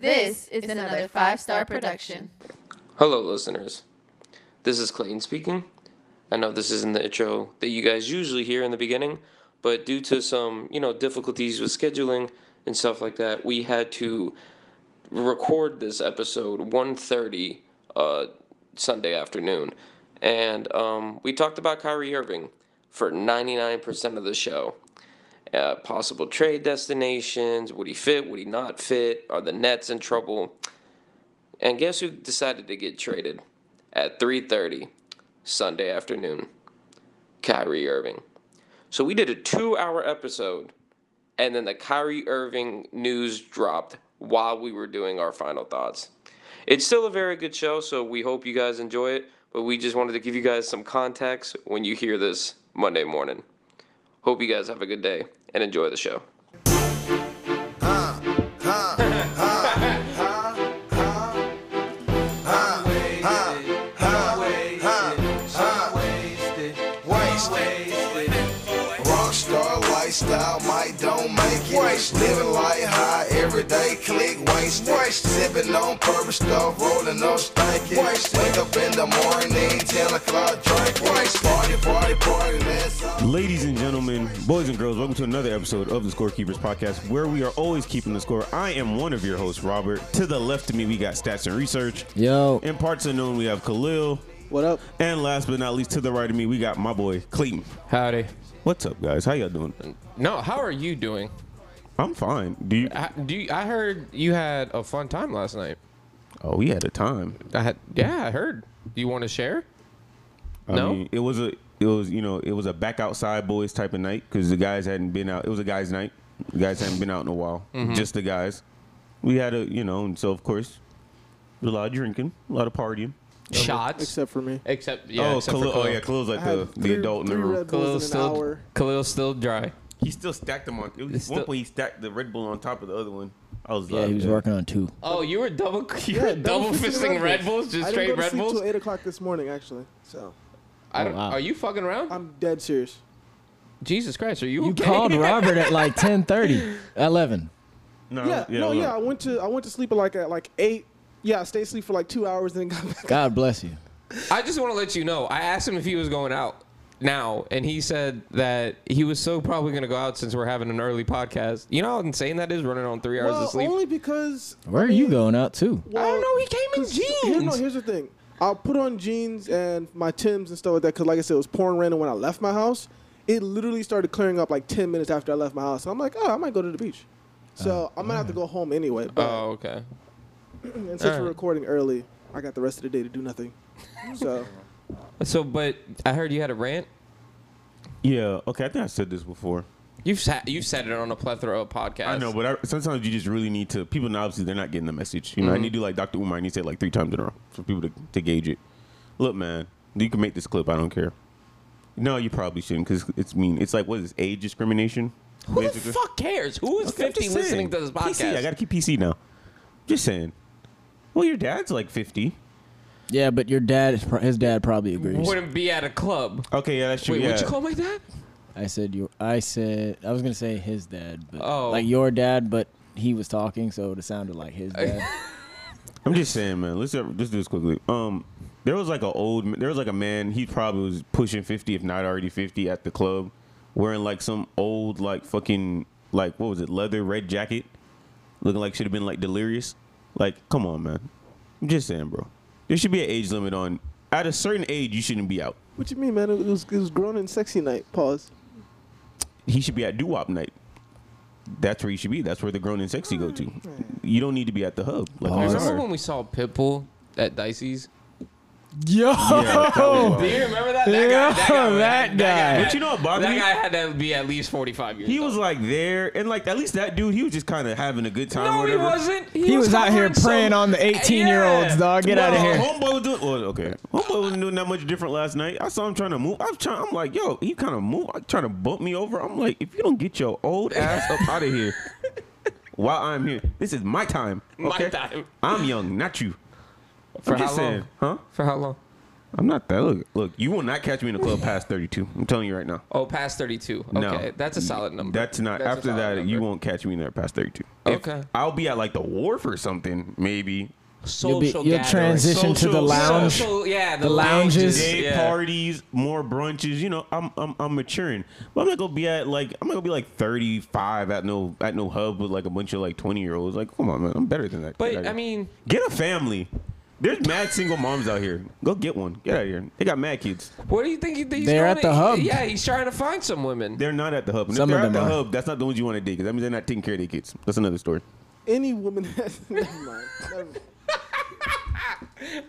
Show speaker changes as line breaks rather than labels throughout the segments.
This is another five star production.
Hello, listeners. This is Clayton speaking. I know this isn't the intro that you guys usually hear in the beginning, but due to some, you know, difficulties with scheduling and stuff like that, we had to record this episode 1.30 uh, Sunday afternoon. And um, we talked about Kyrie Irving for 99% of the show uh, possible trade destinations. Would he fit? Would he not fit? Are the Nets in trouble? And guess who decided to get traded at 3:30 Sunday afternoon? Kyrie Irving. So we did a 2-hour episode and then the Kyrie Irving news dropped while we were doing our final thoughts. It's still a very good show, so we hope you guys enjoy it, but we just wanted to give you guys some context when you hear this Monday morning. Hope you guys have a good day and enjoy the show.
Wasted. Rockstar lifestyle might don't make it. Living life high every day, click wasted. Sipping on purple stuff, rolling up stinking. Wake up in the morning, 10 o'clock, drink. Party, party, party, let's all
Ladies and gentlemen, boys and girls, welcome to another episode of the Scorekeepers Podcast, where we are always keeping the score. I am one of your hosts, Robert. To the left of me, we got Stats and Research.
Yo.
In parts unknown, we have Khalil.
What up?
And last but not least, to the right of me, we got my boy Clayton.
Howdy.
What's up, guys? How y'all doing?
No, how are you doing?
I'm fine. Do you?
I, do you, I heard you had a fun time last night.
Oh, we had a time.
I had, yeah, I heard. Do you want to share?
I
No?
mean, it was a, it was you know, it was a back outside boys type of night because the guys hadn't been out. It was a guys' night. The guys hadn't been out in a while. Just the guys. We had a, you know, and so of course, a lot of drinking, a lot of partying.
Shots.
Except for me.
except yeah.
oh,
except
Khalil,
for
oh yeah, Khalil's like
I
the,
had
the
three-
adult in the
three
room.
Red Bulls in
Khalil's
an
still
hour.
Khalil's still dry.
He still stacked them on. It was,
It's
one
still-
point he stacked the Red Bull on top of the other one. I was
Yeah,
like,
he was
yeah.
working on two.
Oh, you were double you
Yeah,
were double fisting Red Bulls, just
I
straight
didn't go to
Red
sleep
Bulls.
till eight o'clock this morning, actually. So
I don't,
Oh, wow.
Are you fucking around?
I'm dead serious.
Jesus Christ, are you,
You
okay?
called Robert at like 10:30, 11.
No,
Oh,
Yeah, no,
look.
yeah. I went to I went to sleep at like at like eight. Yeah, I stayed asleep for like two hours and then got back.
God bless you.
I just want to let you know. I asked him if he was going out now, and he said that he was so probably going to go out since we're having an early podcast. You know how insane that is, running on three hours
Well,
of sleep.
only because
Where are you going out too?
Well,
I don't know. He came in
'cause Here, no,
jeans.
here's the thing. I'll put on jeans and my Tims and stuff like that because, like I said, it was pouring rain. And when I left my house, it literally started clearing up like ten minutes after I left my house. And I'm like, oh, I might go to the beach. So I'm gonna have to go home anyway. But
Uh, Oh, okay.
and since
alright.
we're recording early, I got the rest of the day to do nothing. So
So, but I heard you had a rant.
Yeah, okay. I think I said this before.
You've sat, you've said it on a plethora of podcasts.
I know, but I, sometimes you just really need to. People now obviously they're not getting the message. You
Mm-hmm.
know, I need to do like Dr. Umar. I need to say it like three times in a row for people to, to gauge it. Look, man, you can make this clip. I don't care. No, you probably shouldn't because it's mean. It's like what is this, age discrimination?
Who the fuck cares? Who is
Okay, I'm
50
just
listening
saying.
to this
PC, I
podcast?
gotta keep PC now. Just saying. Well, your dad's like fifty.
Yeah, but your dad is pro- his dad probably agrees.
Wouldn't be at a club.
Okay, yeah, that's true.
Wait,
yeah.
would you call my dad?
I said you I said I was going to say his dad, but
Oh.
like your dad, but he was talking so it sounded like his dad.
I'm just saying, man. Let's let's do this quickly. Um, there was like a old, there was like a man. He probably was pushing fifty, if not already fifty, at the club, wearing like some old, like fucking, like what was it, leather red jacket, looking like should have been like delirious. Like, come on, man. I'm just saying, bro. There should be an age limit on. At a certain age, you shouldn't be out.
what you mean, man? It was it was grown and sexy night. Pause.
He should be at doo wop night. That's where he should be. That's where the grown and sexy go to. You don't need to be at the hub. Like,
Bars.
we are.
Remember when we saw Pitbull at Dicey's?
Yo.
Yeah, that was wild.
Do you remember that? That
Yeah,
guy. That guy.
that guy.
But you know what
That
bothered
guy
me?
had to be at least 45 years
He
old.
was like there, and like at least that dude, he was just kind of having a good time.
no,
or
he
whatever.
wasn't. He,
He was out here
covering some-
preying on the 18-year-olds,
Yeah.
dog. Get
Well,
out of here.
Homeboy was doing well, okay. Homeboy wasn't doing that much different last night. I saw him trying to move. I'm trying. I'm like, yo, he kind of move. I'm trying to bump me over. I'm like, if you don't get your old ass up out of here while I'm here, this is my time.
My
okay?
time.
I'm young, not you.
For
I'm
how
just
long?
saying, huh?
For how long?
I'm not that. Look, look, you will not catch me in the club past 32. I'm telling you right now.
Oh, past 32. Okay,
No.
that's a solid number.
That's not.
a
after
solid
that,
number.
you won't catch me in there past 32. If-
Okay.
I'll be at like the wharf or something, maybe.
You'll,
social
be, you'll
gatherings.
transition to
Social-
the lounge.
Social- yeah, the,
The lounges.
lounges.
Day
yeah.
parties, more brunches. You know, I'm, I'm I'm maturing, but I'm not gonna be at like I'm not gonna be like 35 at no at no hub with like a bunch of like 20 year olds. Like, come on, man, I'm better than that. Get
But
outta
I
here.
mean,
get a family. There's mad single moms out here. Go get one. Get out of here. They got mad kids.
what do you think? He's
They're
going
at the hub.
Yeah, he's trying to find some women.
They're not at the hub. And
Some
if
of
they're at
them
the
are.
hub, that's not the ones you want to date. 'cause that means they're not taking care of their kids. That's another story.
Any woman has. Never mind. Never mind.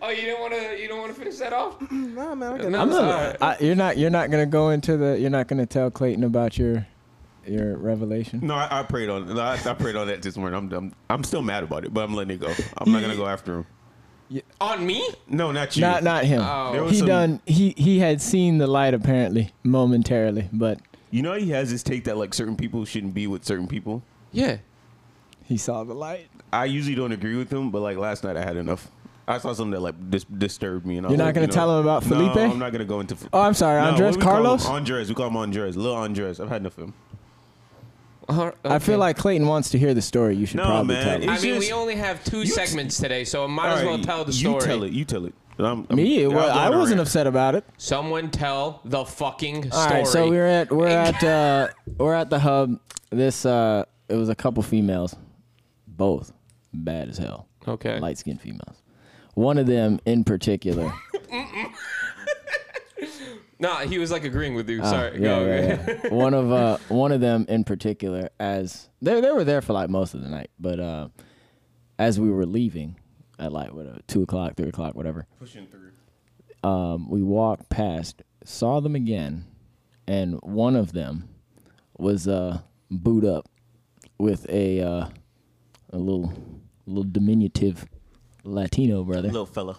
Oh, you don't want to. You don't want to finish that off.
Nah, man, I got
No,
I'm
it's
not.
all right.
I, you're not. You're not gonna go into the. You're not gonna tell Clayton about your, your revelation.
No, I, I prayed on. I, I prayed on that this morning. I'm, I'm I'm still mad about it, but I'm letting it go. I'm not gonna go after him.
On me?
No, not you.
Not not him.
Oh.
There was
He
some-
done. He he had seen the light apparently momentarily, but
You know, he has this take that like certain people shouldn't be with certain people.
Yeah.
he saw the light.
I usually don't agree with him, but like last night I had enough. I saw something that like dis- disturbed me. And I
You're
was
not
like,
gonna
you know,
tell him about Felipe?
No, I'm not gonna go into. F-
Oh, I'm sorry,
No,
Andres
what do we call him?
Carlos.
Andres, we call him Andres. Lil Andres. I've had enough of him.
Uh,
I
okay.
feel like Clayton wants to hear the story. You should
No,
probably
man,
tell him.
it-
I
It's
mean,
just-
we only have two
t-
segments today, so I might as
All
well
right,
tell the
You
story.
tell it. You tell it. I'm- I'm-
Me,
I'll
well,
go
I
on a
wasn't
rant.
upset about it.
Someone tell the fucking story.
All right, so we're at we're at uh, we're at the hub. This uh, it was a couple females, both bad as hell,
okay.
light skinned females. One of them in particular.
No, he was like agreeing with you.
Ah,
Oh,
Sorry.
yeah,
Go,
yeah,
go.
yeah. one of uh, one of them in particular, as they they were there for like most of the night, but uh, as we were leaving at like what uh, two o'clock, three o'clock, whatever,
Pushing through.
um, we walked past, saw them again, and one of them was uh, booed up with a uh, a little little diminutive Latino brother,
Little fella.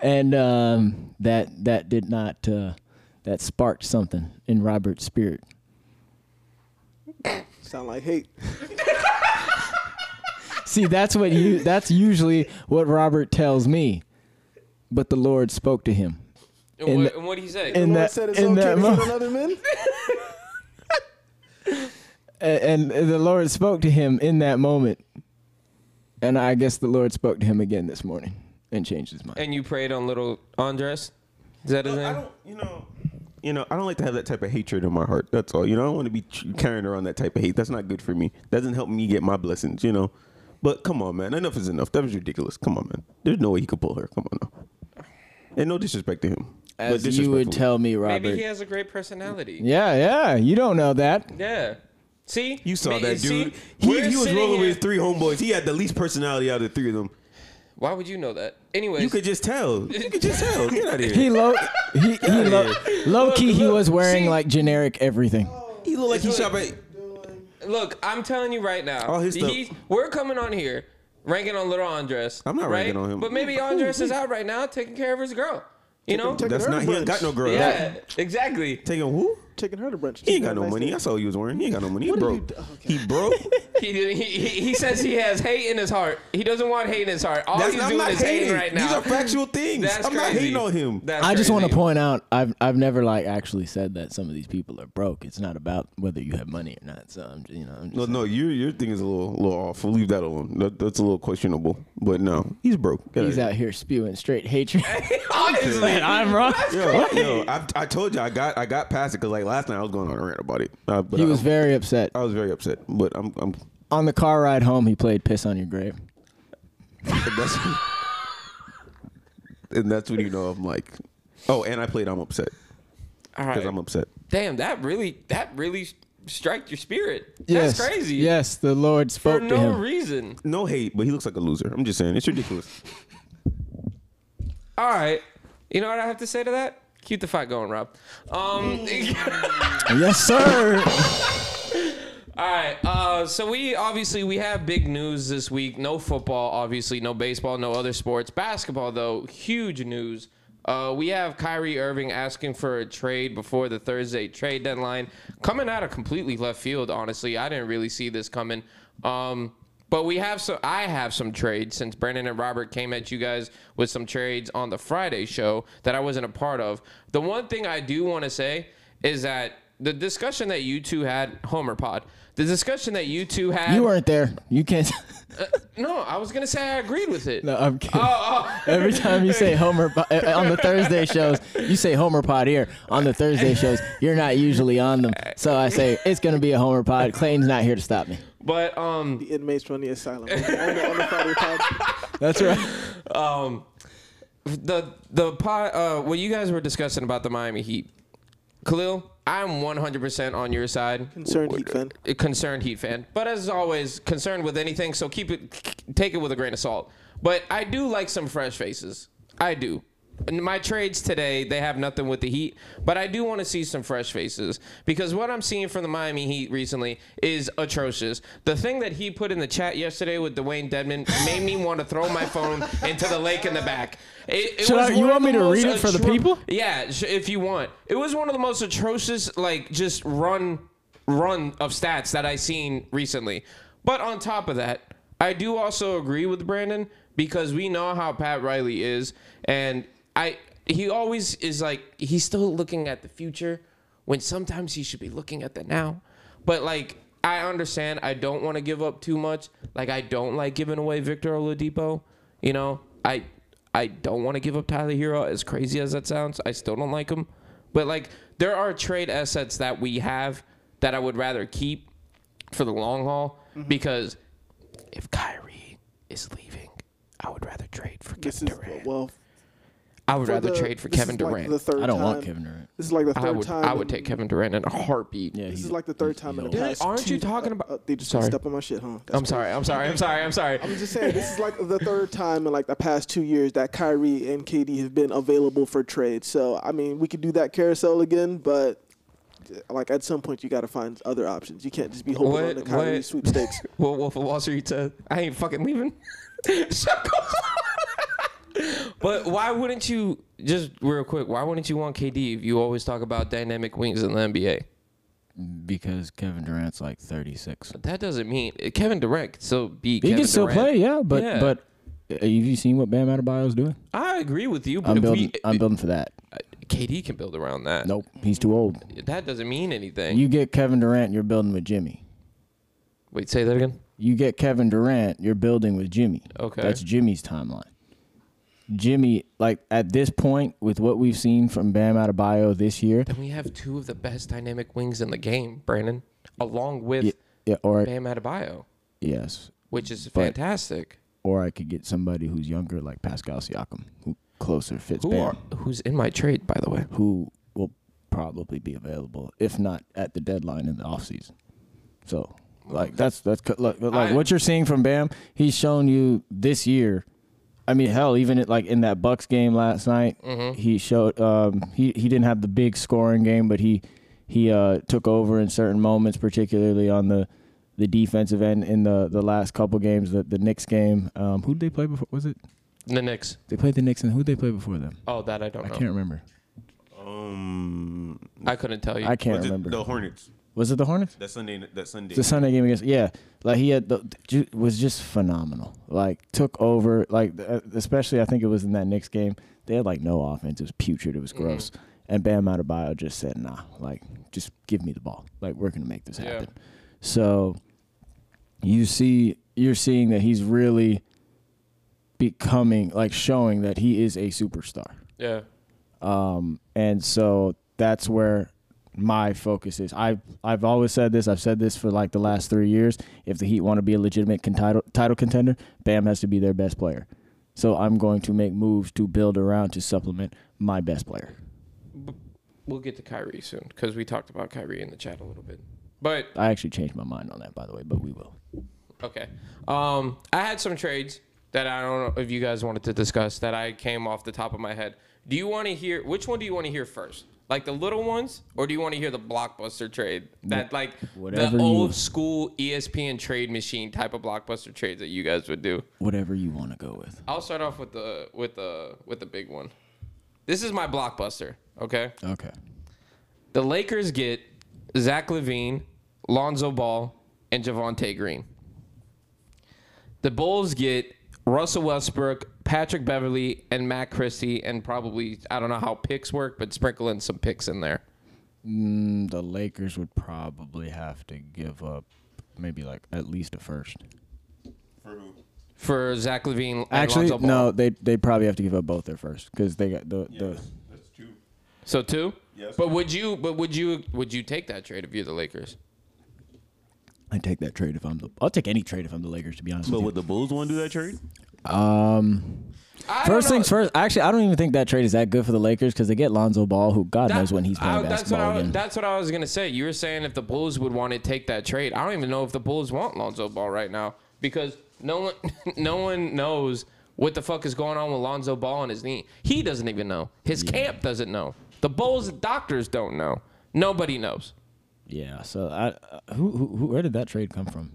and um, that that did not uh, that sparked something in Robert's spirit.
sound like hate.
See, that's what you. That's usually what Robert tells me. But the Lord spoke to him.
And,
In
what,
the-
and what did he say?
in
The Lord
that-
said it's
in
okay
that
to
moment.
kill another man.
A- and the Lord spoke to him in that moment. And I guess the Lord spoke to him again this morning and changed his mind.
and you prayed on little Andres? Is that his
I
name?
don't, you know, you know, I don't like to have that type of hatred in my heart. That's all. You know, I don't want to be ch- carrying around that type of hate. That's not good for me. Doesn't help me get my blessings. You know, but come on, man, enough is enough. That was ridiculous. Come on, man. There's no way he could pull her. Come on now. And no disrespect to him.
As
but
you would
disrespectful.
tell me,
Maybe he
Robert.
has a great personality.
Yeah, yeah. You don't know that.
Yeah. See?
You saw
Ma-
that
see?
dude. He,
We're
he was
sitting
rolling
here-
with his three homeboys. He had the least personality out of the three of them.
Why would you know that? Anyways,
You could just tell. You could just tell. Get out of here.
He low he, he low, low key he was wearing
see-
like generic everything.
He looked like he
It's
shot
like-
at.
look, I'm telling you right now.
All Oh, his stuff.
he's- we're coming on here, ranking on little Andres.
I'm not
right?
ranking on him.
But maybe Andres is out right now taking care of his girl. You know?
take
That's not. He ain't got no girl.
yeah, exactly.
Taking who?
Taking her to brunch.
He ain't got no money. I saw he was wearing. He ain't got no money. He broke.
Oh,
He broke.
He, did, he, he he says he has hate in his heart. He doesn't want hate in his heart. All
That's
he's
I'm
doing
not
is hating
hating.
right
These
now.
are factual things.
That's
I'm not
crazy.
hating on him.
That's
I just want to
crazy.
point out I've I've never like actually said that some of these people are broke. It's not about whether you have money or not. So I'm you know I'm just
no, no, your your thing is a little little off. We'll leave that alone. That, that's a little questionable. But no, he's broke. Get
He's
outta
out here spewing straight hatred.
Honestly,
I'm wrong.
here. Yo, yo, I, I told you I got I got past it because like last night I was going on a rant about it. Uh, but
He
I,
was very upset.
I was very upset. But I'm I'm
On the car ride home, he played "Piss on Your Grave."
that's and that's when you know I'm like, oh, and I played I'm upset
All
because
right.
I'm upset.
Damn, that really that really struck your spirit. That's crazy.
Yes, the Lord
For
spoke to
no
him.
reason.
No hate, but he looks like a loser. I'm just saying it's ridiculous.
All right. You know what I have to say to that? Keep the fight going, Rob. Um,
yes, sir.
all right. Uh, so we obviously we have big news this week. No football, obviously. No baseball. No other sports. Basketball, though, huge news. Uh, we have Kyrie Irving asking for a trade before the Thursday trade deadline, coming out of completely left field. Honestly, I didn't really see this coming. Um, But we have some. I have some trades since Brandon and Robert came at you guys with some trades on the Friday show that I wasn't a part of. The one thing I do want to say is that the discussion that you two had, Homer Pod, the discussion that you two had.
You weren't there. You can't.
No, I was gonna say I agreed with it.
no, I'm kidding.
Oh, oh.
Every time you say Homer Po- uh, on the Thursday shows, you say Homer Pod here. On the Thursday shows, you're not usually on them. So I say it's going to be a Homer Pod. Clayton's not here to stop me.
but um,
The inmates from the asylum. On the- on the Friday pod.
That's right.
um, the the pot, uh, what you guys were discussing about the Miami Heat, Khalil, I'm 100% on your side.
Concerned Heat fan.
A concerned Heat fan, but as always, concerned with anything. So keep it, take it with a grain of salt. But I do like some fresh faces. I do. And my trades today, they have nothing with the Heat, but I do want to see some fresh faces because what I'm seeing from the Miami Heat recently is atrocious. The thing that he put in the chat yesterday with Dwayne Dedman made me want to throw my phone into the lake in the back. It, it
Should
was
I- you
one of
want me
the
to
most
read it for the
atro-
people?
yeah, sh- if you want. It was one of the most atrocious, like just run, run of stats that I seen recently. But on top of that, I do also agree with Brandon because we know how Pat Riley is, and I he always is like he's still looking at the future when sometimes he should be looking at the now. But like I understand, I don't want to give up too much. Like I don't like giving away Victor Oladipo. You know, I I don't want to give up Tyler Hero. As crazy as that sounds, I still don't like him. But like, there are trade assets that we have that I would rather keep for the long haul
Mm-hmm.
because if Kyrie is leaving, I would rather trade for
This
Kevin
is
Durant.
well.
I would
for
rather
the-
trade for
this
Kevin
is like
Durant.
the third
I don't want
time-
Kevin Durant.
This is like the third
I would
time.
I would
in-
take Kevin Durant in a heartbeat.
Yeah,
This
he's-
is like the third
he's
time in the
old.
Dude,
past.
aren't
two-
you talking about-
Uh, they just
Sorry.
step on my shit, huh?
I'm sorry. I'm sorry. I'm sorry. I'm sorry.
I'm just saying, this is like the third time in like the past two years that Kyrie and KD have been available for trade. So I mean, we could do that carousel again, but like at some point you got to find other options. You can't just be holding on
What?
to Kyrie
What?
sweepstakes.
Well, Wolf of Wall Street said, "I ain't fucking leaving." but why wouldn't you just real quick? Why wouldn't you want KD if you always talk about dynamic wings in the NBA?
Because Kevin Durant's like 36.
That doesn't mean Kevin Durant can still be.
He can still play, yeah, but
Yeah.
but uh, have you seen what Bam Adebayo's doing?
I agree with you, but
I'm
if
building.
we,
I'm building for that.
KD can build around that.
Nope, he's too old.
that doesn't mean anything.
You get Kevin Durant, you're building with Jimmy.
Wait, say that again.
You get Kevin Durant, you're building with Jimmy.
Okay.
That's Jimmy's timeline. Jimmy, like at this point, with what we've seen from Bam Adebayo this year,
Then we have two of the best dynamic wings in the game, Brandon, along with
yeah, yeah, or
Bam Adebayo,
yes,
which is
But-
fantastic.
or I could get somebody who's younger, like Pascal Siakam, who closer fits
Who
Bam,
are, who's in my trade, by the way?
who will probably be available if not at the deadline in the offseason. So, like that's that's co- like, like
I-
what you're seeing from Bam. He's shown you this year. I mean, hell, even at, like in that Bucks game last night,
Mm-hmm.
he showed um, he he didn't have the big scoring game, but he he uh, took over in certain moments, particularly on the the defensive end in the the last couple games. The the Knicks game. Um, who did they play before? Was it
The Knicks.
they played the Knicks and who did they play before them?
Oh, that I don't
I
know.
can't remember.
Um,
I couldn't tell you.
I can't
was it
remember.
the Hornets.
was it the Hornets?
That Sunday. That Sunday.
The Sunday game against yeah, like he had the, ju- was just phenomenal. Like took over. Like uh, especially I think it was in that Knicks game. They had like no offense. It was putrid. It was gross. And Bam Adebayo just said nah. Like just give me the ball. Like we're gonna make this
Yeah.
happen. So you see, you're seeing that he's really becoming like showing that he is a superstar.
yeah.
Um, and so that's where my focus is. I've I've always said this. I've said this for like the last three years. If the Heat want to be a legitimate con- title title contender, Bam has to be their best player. So I'm going to make moves to build around to supplement my best player.
We'll get to Kyrie soon because we talked about Kyrie in the chat a little bit. But
I actually changed my mind on that, by the way, but we will.
okay. Um, I had some trades that I don't know if you guys wanted to discuss that I came off the top of my head. Do you want to hear which one do you want to hear first? Like the little ones, or do you want to hear the blockbuster trade that like
Whatever
the
you-
old school E ESPN trade machine type of blockbuster trades that you guys would do?
Whatever you want to go with.
I'll start off with the with the with the big one. This is my blockbuster. Okay.
Okay.
The Lakers get Zach Levine, Lonzo Ball, and Javante Green. The Bulls get Russell Westbrook, Patrick Beverly, and Matt Christie, and probably I don't know how picks work, but sprinkle in some picks in there.
Mm, the Lakers would probably have to give up maybe like at least a first.
For Zach Levine, and
Actually,
Lonzo Ball.
no, they they probably have to give up both their first because they got the the.
That's two.
So two.
Yes.
But would you? But would you? Would you take that trade if you're the Lakers?
I take that trade if I'm the. I'll take any trade if I'm the Lakers. To be honest
But
with
would the Bulls want to do that trade?
you. Um,
I don't
first
know.
things first. Actually, I don't even think that trade is that good for the Lakers because they get Lonzo Ball, who God
That-
knows when he's playing
I- that's
basketball
what I,
again.
That's what I was gonna say. You were saying if the Bulls would want to take that trade. I don't even know if the Bulls want Lonzo Ball right now because no one, no one knows what the fuck is going on with Lonzo Ball and his knee. He doesn't even know. His camp doesn't know. The Bulls doctors don't know. Nobody knows.
yeah. So I, uh, who, who who where did that trade come from?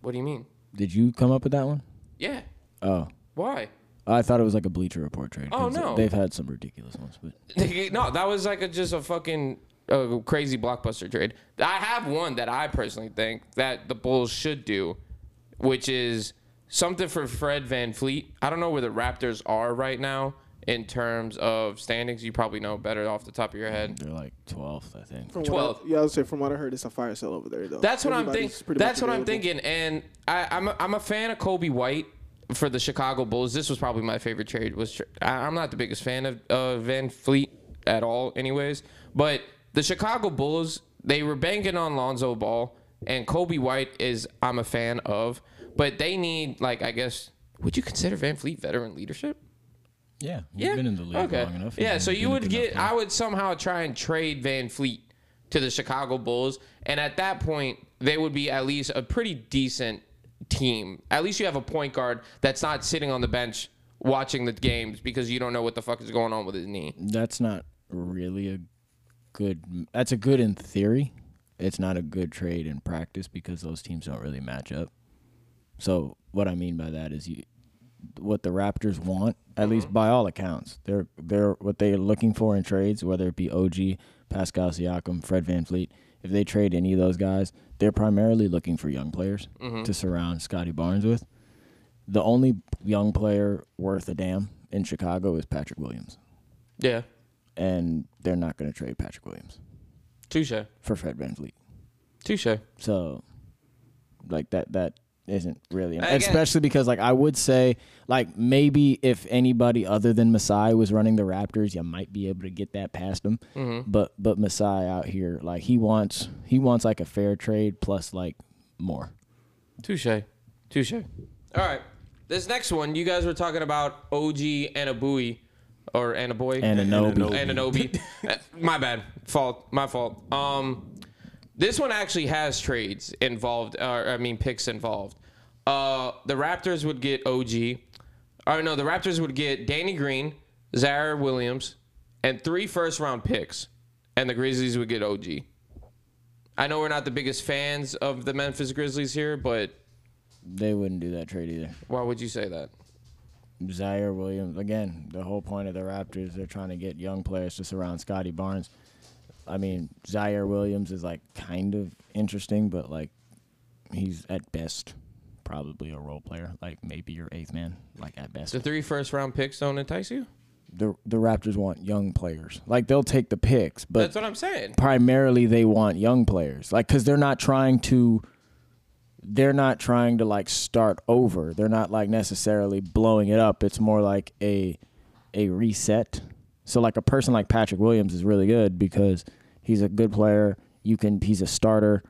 What do you mean?
Did you come up with that one?
Yeah.
Oh,
Why?
I thought it was like a Bleacher Report trade. 'cause
Oh, no.
they've had some ridiculous ones, but
no, that was like a, just a fucking uh, crazy blockbuster trade. I have one that I personally think that the Bulls should do, which is something for Fred Van Fleet. I don't know where the Raptors are right now in terms of standings. You probably know better off the top of your head.
they're like 12th, I think.
From
Twelve.
What I, yeah, I would say from what I heard, it's a fire sale over there though.
That's what I'm
Everybody's
thinking.
pretty
That's
much
what I'm
available.
thinking. And I, I'm a, I'm a fan of Kobe White for the Chicago Bulls. This was probably my favorite trade. Was tr- I, I'm not the biggest fan of uh, Van Fleet at all, anyways. But the Chicago Bulls they were banking on Lonzo Ball and Kobe White is I'm a fan of, but they need like I guess would you consider Van Fleet veteran leadership?
Yeah, you've been in the league long enough.
Yeah, so
been
you
a
would
good
get.
enough
I would somehow try and trade Van Fleet to the Chicago Bulls, and at that point, they would be at least a pretty decent team. At least you have a point guard that's not sitting on the bench watching the games because you don't know what the fuck is going on with his knee.
player. That's not really a good. That's a good in theory. It's not a good trade in practice because those teams don't really match up. So what I mean by that is you, what the Raptors want, at least by all accounts, they're they're what they're looking for in trades, whether it be OG, Pascal Siakam, Fred VanVleet. If they trade any of those guys, they're primarily looking for young players to surround Scotty Barnes with. The only young player worth a damn in Chicago is Patrick Williams,
Yeah,
and they're not going to trade Patrick Williams
touche,
for Fred VanVleet.
touche.
So, like that that isn't really,
Again-
especially because like I would say like maybe if anybody other than Masai was running the Raptors, you might be able to get that past him. But but Masai out here like he wants he wants like a fair trade plus like more.
Touche. Touche. All right. This next one, you guys were talking about OG Anabui or Anaboy.
Ananobi.
Ananobi. Uh, My bad. Fault. My fault. Um, this one actually has trades involved, or I mean picks involved. Uh, the Raptors would get OG. Or no, the Raptors would get Danny Green, Zaire Williams, and three first round picks. And the Grizzlies would get OG. I know we're not the biggest fans of the Memphis Grizzlies here, but
They wouldn't do that trade either.
why would you say that?
Zaire Williams again. The whole point of the Raptors, they're trying to get young players to surround Scotty Barnes. I mean, Zaire Williams is like kind of interesting, but like he's at best probably a role player, like maybe your eighth man, like at best.
The three first round picks don't entice you?
The the Raptors want young players. Like they'll take the picks, but
That's what I'm saying.
primarily they want young players like because they're not trying to they're not trying to like start over they're not like necessarily blowing it up it's more like a a reset so like a person like patrick williams is really good because he's a good player you can he's a starter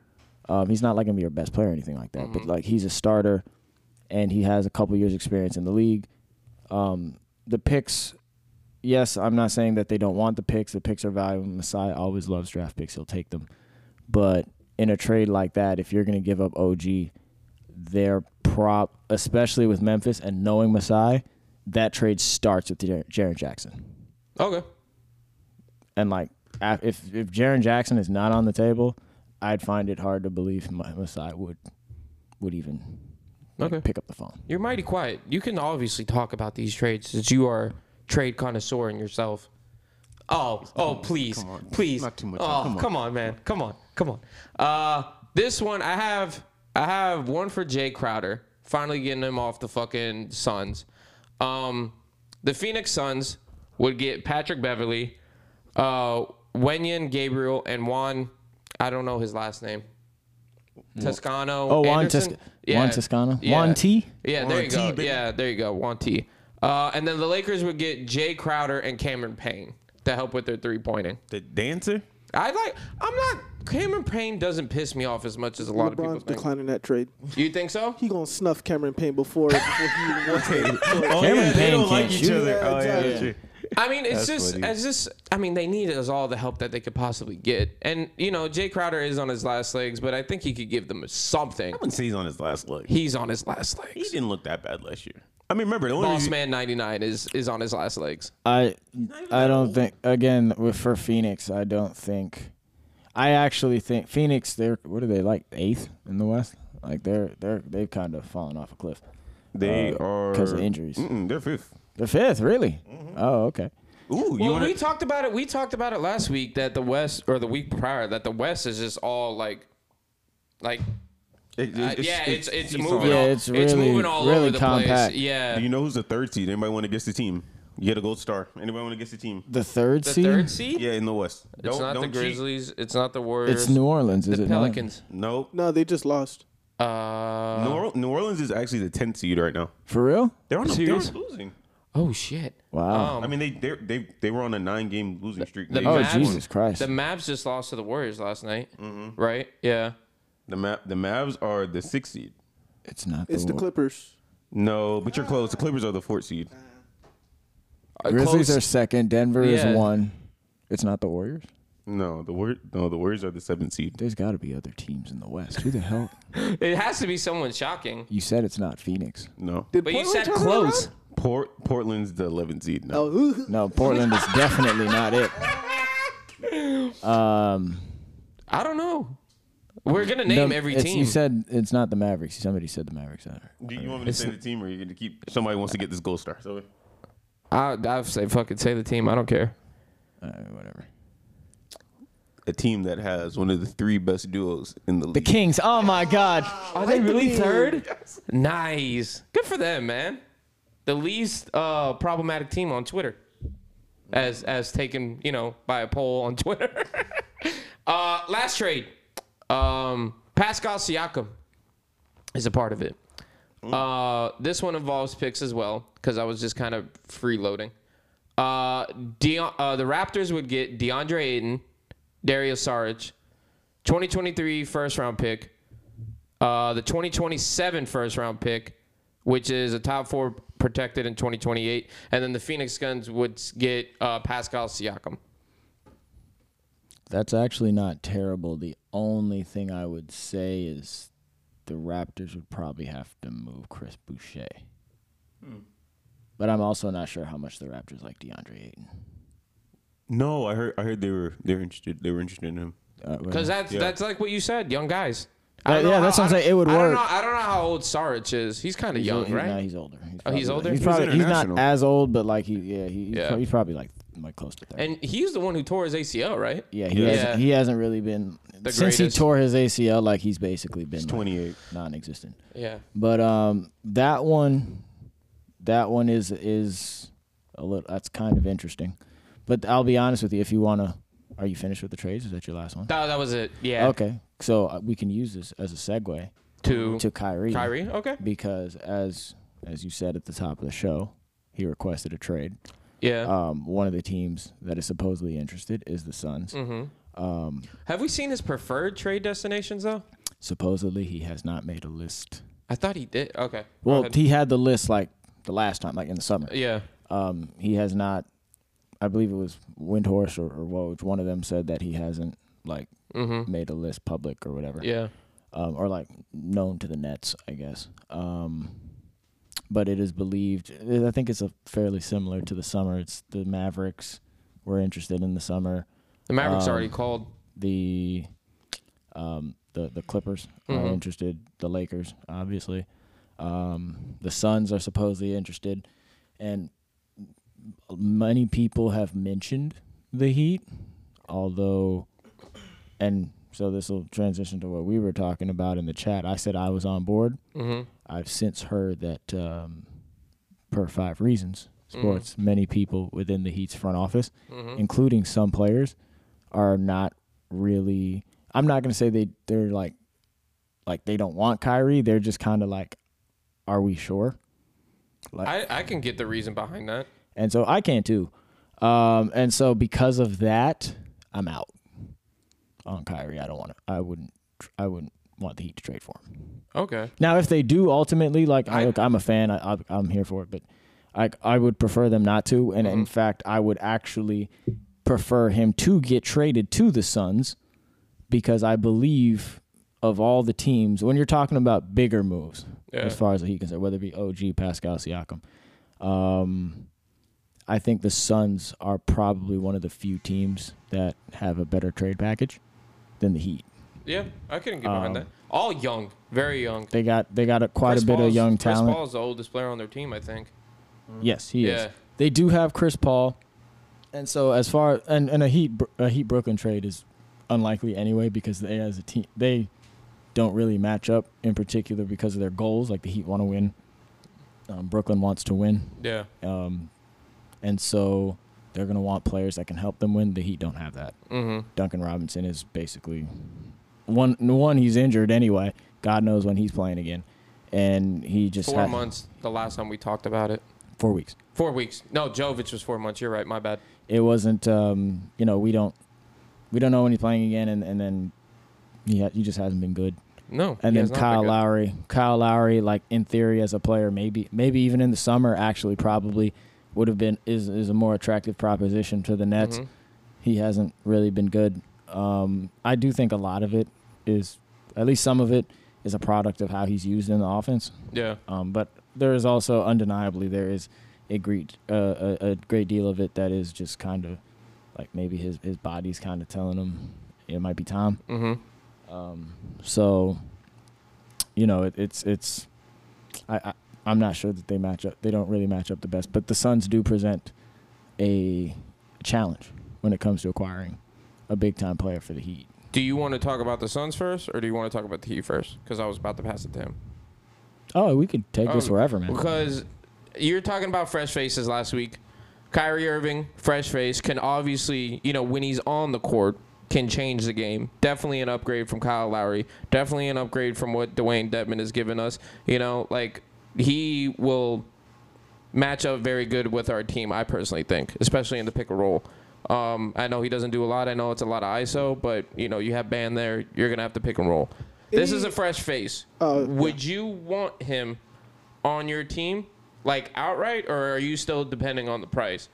um, he's not like gonna be your best player or anything like that but like he's a starter and he has a couple years experience in the league um, the picks yes, I'm not saying that they don't want the picks. The picks are valuable. Masai always loves draft picks. He'll take them. But in a trade like that, if you're going to give up OG, their prop, especially with Memphis and knowing Masai, that trade starts with Jar- Jaren Jackson.
Okay.
And like, a- if if Jaren Jackson is not on the table, I'd find it hard to believe Ma- Masai would would even like,
Okay.
pick up the phone.
You're mighty quiet. You can obviously talk about these trades since you are trade connoisseur in yourself. Oh, oh, please, please,
Not too much.
Oh,
Come on.
come on, man, come on, come on. Uh, this one I have, I have one for Jay Crowder, Finally getting him off the fucking Suns. Um, the Phoenix Suns would get Patrick Beverly, uh, Wenyan Gabriel, and Juan. I don't know his last name. Toscano.
Oh, Juan,
Anderson?
Tosc- Juan Toscano? Juan T?
Yeah, there
Juan
you
T,
go.
baby.
Yeah, there you go. Juan T. Uh, and then the Lakers would get Jay Crowder and Cameron Payne to help with their three pointing.
The dancer?
I like. I'm not. Cameron Payne doesn't piss me off as much as a lot of people
LeBron's
think.
declining that trade.
You think so?
He gonna snuff Cameron Payne before, before he wants it.
Oh,
Cameron
yeah, they
Payne
don't like
can't
each
shoot.
other.
Yeah,
oh, yeah,
exactly.
that's true.
I mean, it's
That's
just,
funny.
it's just. I mean, they need us all the help that they could possibly get. And you know, Jay Crowder is on his last legs, but I think he could give them something.
I wouldn't say he's on his last leg. He,
He's on his last legs.
didn't look that bad last year. I mean, remember the only
Boss
reason-
Man 99 is is on his last legs.
I I don't think again with for Phoenix. I don't think. I actually think Phoenix. They're what are they like eighth in the West? Like they're they're they've kind of fallen off a cliff.
they
uh,
are
'cause of injuries.
Mm-mm, they're fifth.
They're fifth, really.
Mm-hmm.
Oh, okay.
Ooh, you
Well,
want
we
to?
talked about it. We talked about it last week that the West or the week prior that the West is just all like, like uh, yeah, it's it's moving.
Yeah,
all,
it's
it's
really-
moving all
really
over the
compact.
place. Yeah,
Do you know who's the third seed? Anybody want to guess the team? You get a gold star. Anybody want to guess the team?
The third
the
seed.
third seed.
Yeah, in the West.
It's
Don't-
not the
don't cheat.
Grizzlies. It's not the Warriors.
It's New Orleans, is
the
it not?
Pelicans.
Nope.
No, they just lost.
Uh,
New, Orle- New Orleans is actually the tenth seed right now.
For real?
They're on a, they're
Serious?
on losing.
oh shit.
Wow.
I mean, they they they they were on a nine game losing streak.
The
They-
Oh,
Mavs-
Jesus Christ.
The Mavs just lost to the Warriors last night. Mm-hmm. Right? Yeah.
the Ma- the Mavs are the sixth seed.
it's not.
It's the
Wa-
Clippers.
No, but you're close. The Clippers are the fourth seed.
Uh,
Grizzlies
close-
are second. Denver
Yeah.
is one. It's not the Warriors.
No, the word no, the Warriors are the seventh seed.
There's got to be other teams in the West. Who the hell?
It has to be someone shocking.
You said it's not Phoenix.
No,
Did
But you
Portland
said
turn it
close.
around?
Port Portland's the eleventh seed. No,
Oh, ooh.
No, Portland is definitely not it. Um,
I don't know. We're gonna name
no,
every
it's-
team.
You said it's not the Mavericks. Somebody said the Mavericks. I-
do you want me to say the team, or you're gonna keep? Somebody wants to get this gold star. So
I I say fucking say the team. I don't care.
Uh, whatever.
a team that has one of the three best duos in the league.
The Kings. Oh my God.
Are they really third? Nice. Good for them, man. The least uh, problematic team on Twitter, as as taken, you know, by a poll on Twitter. uh, last trade. Um, Pascal Siakam is a part of it. Uh, this one involves picks as well because I was just kind of freeloading. Uh, Deion uh, the Raptors would get DeAndre Ayton, Dario Saric, 2023 first round pick, uh, the 2027 first round pick, which is a top four protected in 2028, and then the Phoenix Guns would s- get uh, Pascal Siakam.
That's actually not terrible. The only thing I would say is the Raptors would probably have to move Chris Boucher. But I'm also not sure how much the Raptors like DeAndre Ayton.
No, I heard I heard they were they were interested they were interested in him.
Uh,
Because that's that's like what you said, young guys. I
That-
don't know
yeah, that's
how-
what I'm
I don't-
saying. It would
I don't
work.
know- I don't know how old Saric is. He's kind of
He's
young,
old- he's-
right?
no, he's older.
Oh, he's
probably-
older?
He's
He's
probably he's, not
international.
as old, but like he yeah he he's,
Yeah.
pro- he's probably like like close to thirty.
and he's the one who tore his ACL, right?
yeah, he
Yeah.
hasn't he hasn't really been
The
since
greatest.
he tore his ACL. Like he's basically been like,
Twenty eight.
non-existent.
Yeah.
But um, that one, that one is is a little. That's kind of interesting. But I'll be honest with you. If you wanna, are you finished with the trades? Is that your last one?
That, that was it. Yeah.
Okay, so uh, we can use this as a segue
To,
to Kyrie.
Kyrie. Okay.
because as as you said at the top of the show, he requested a trade.
Yeah.
Um, one of the teams that is supposedly interested is the Suns.
Have we seen his preferred trade destinations though?
Supposedly, he has not made a list.
I thought he did. Okay. Go
Well,
ahead.
he had the list like the last time, like in the summer.
yeah.
Um, he has not. I believe it was Windhorse or, or Woj. One of them said that he hasn't like made a list public or whatever.
Mm-hmm. Yeah.
Um, or like known to the Nets, I guess. Um, but it is believed. I think it's a fairly similar to the summer. It's the Mavericks were interested in the summer.
The Mavericks
Um,
already called.
The um, the the Clippers are interested. The Lakers, obviously. Um, the Suns are supposedly interested, and many people have mentioned the Heat, although, and so this will transition to what we were talking about in the chat. I said I was on board. I've since heard that um, per five reasons, sports, many people within the Heat's front office, including some players, are not really. I'm not gonna say they they're like, like they don't want Kyrie. They're just kind of like, are we sure?
I, I can get the reason behind that.
And so I can too. Um, and so because of that, I'm out on Kyrie. I don't want to. I wouldn't. I wouldn't want the Heat to trade for him.
Okay.
Now, if they do ultimately, like, I, look, I'm a fan. I, I, I'm here for it, but I, I would prefer them not to. And
Mm-hmm.
in fact, I would actually prefer him to get traded to the Suns because I believe of all the teams, when you're talking about bigger moves, as far as the Heat concerned, whether it be OG, Pascal, Siakam, um, I think the Suns are probably one of the few teams that have a better trade package than the Heat.
Yeah, I couldn't get behind that. All young, very young.
um, They got they got a, quite
Chris
a bit of
Paul's-
young
Chris
talent.
Paul's the oldest player on their team, I think.
Yes, he
Yeah.
is. They do have Chris Paul, and so as far and, and a Heat Br- a Heat Brooklyn trade is unlikely anyway because they as a team they don't really match up in particular because of their goals. Like the Heat want to win, um, Brooklyn wants to win,
Yeah.
um, and so they're gonna want players that can help them win. The Heat don't have that.
Mm-hmm.
Duncan Robinson is basically one one he's injured anyway. God knows when he's playing again, and he just
Four
had-
months. The last time we talked about it.
four weeks.
Four weeks. No, Jovic was four months. You're right. My bad.
it wasn't um, you know we don't we don't know when he's playing again and, and then he, ha- he just hasn't been good
No.
and
he
then
has not been
Kyle
good.
Lowry Kyle Lowry like in theory as a player maybe maybe even in the summer actually probably would have been is, is a more attractive proposition to the Nets
Mm-hmm.
he hasn't really been good um, I do think a lot of it is at least some of it is a product of how he's used in the offense
Yeah.
um, but there is also undeniably there is a great uh, a, a great deal of it that is just kind of like maybe his his body's kind of telling him it might be time.
Mm-hmm.
So you know it, it's it's I, I I'm not sure that they match up. They don't really match up the best, but the Suns do present a challenge when it comes to acquiring a big time player for the Heat.
Do you want to talk about the Suns first, or do you want to talk about the Heat first? Because I was about to pass it to him.
Oh, we could take this
Um,
wherever, man.
Because you're talking about fresh faces last week. Kyrie Irving, fresh face, can obviously, you know, when he's on the court, can change the game. Definitely an upgrade from Kyle Lowry. Definitely an upgrade from what Dwayne Detman has given us. You know, like he will match up very good with our team, I personally think, especially in the pick and roll. Um, I know he doesn't do a lot. I know it's a lot of ISO, but you know you have Band there. You're gonna have to pick and roll. This is a fresh face.
Oh,
Would you want him on your team, like outright, or are you still depending on the price?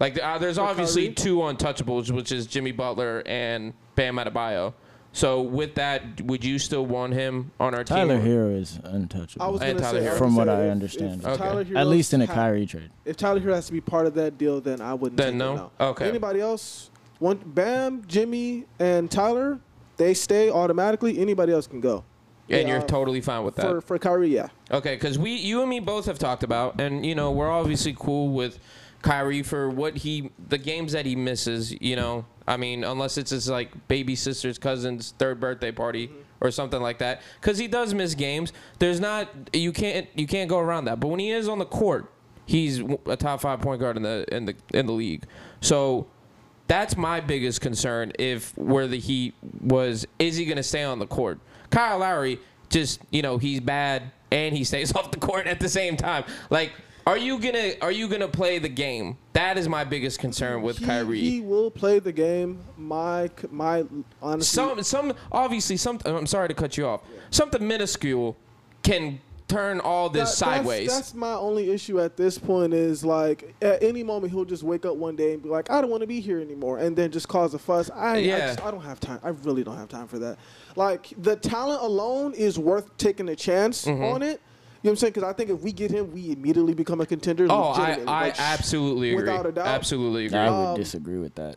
Like uh, there's obviously
Kyrie?
two untouchables, which is Jimmy Butler and Bam Adebayo. So with that, would you still want him on our
Tyler
team?
Hero is untouchable.
I was
And
gonna
Tyler
say,
Hero.
I
From
was
what
gonna
I
say, if-
understand.
if
Okay.
Tyler Hero
at least in a
ha-
Kyrie trade.
If Tyler Hero has to be part of that deal, then I wouldn't.
Then
take it,
no? Okay.
Anybody else? One, Bam, Jimmy, and Tyler, they stay automatically. Anybody else can go.
And
Yeah,
you're totally fine with that.
for for Kyrie, yeah.
Okay, because we, you and me both have talked about, and you know, we're obviously cool with Kyrie for what he, the games that he misses. You know, I mean, unless it's his like baby sister's cousin's third birthday party or something like that, because he does miss games. There's not you can't you can't go around that. But when he is on the court, he's a top five point guard in the in the in the league. So that's my biggest concern. If where the Heat was, is he going to stay on the court? Kyle Lowry, just you know, he's bad and he stays off the court at the same time. Like, are you gonna are you gonna play the game? That is my biggest concern with
He-
Kyrie.
he will play the game. My c- my honestly,
some some obviously some. uh, I'm sorry to cut you off. Something minuscule can turn all
That-
this
that's-
sideways.
That's, my only issue at this point is like at any moment he'll just wake up one day and be like, I don't want to be here anymore, and then just cause a fuss. I, I,
Yeah.
just, I don't have time. I really don't have time for that. Like the talent alone is worth taking a chance
Mm-hmm.
on it. You know what I'm saying? Because I think if we get him, we immediately become a contender.
oh, I,
legitimately.
I
Like, sh-
absolutely agree.
without a doubt.
Absolutely agree.
I
Um,
would disagree with that.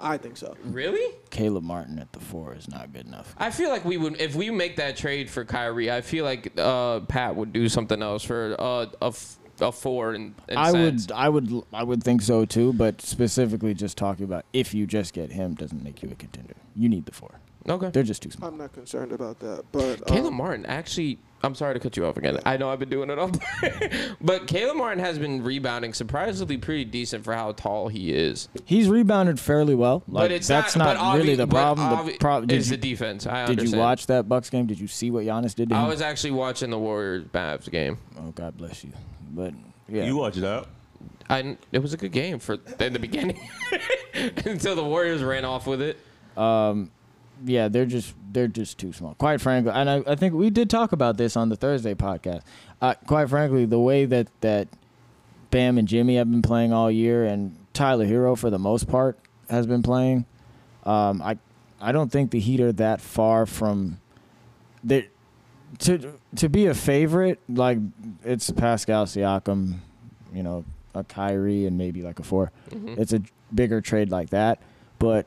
I think so.
really?
Caleb Martin at the four is not good enough.
I feel like we would if we make that trade for Kyrie. I feel like uh, Pat would do something else for uh, a f- a four and, and
I
cents.
would, I would, I would think so too. But specifically, just talking about if you just get him doesn't make you a contender. You need the four.
Okay.
They're just too small.
I'm not concerned about that. But um,
Caleb Martin actually. I'm sorry to cut you off again. I know I've been doing it all, day. but Caleb Martin has been rebounding surprisingly pretty decent for how tall he is.
He's rebounded fairly well. Like,
but it's
that's not,
but obvi-
really the
but
problem. the
obvi-
problem
is the defense. I
Did
understand.
you watch that Bucks game? Did you see what Giannis did to him?
I was actually watching the Warriors Mavs game.
oh, God bless you. But yeah,
You watch it out.
I it was a good game for in the beginning until the Warriors ran off with it.
yeah, they're just they're just too small. Quite frankly, and I, I think we did talk about this on the Thursday podcast. Uh, quite frankly, the way that that Bam and Jimmy have been playing all year, and Tyler Hero for the most part has been playing. Um, I I don't think the Heat are that far from they to to be a favorite. Like it's Pascal Siakam, you know, a Kyrie, and maybe like a 4 It's a bigger trade like that, but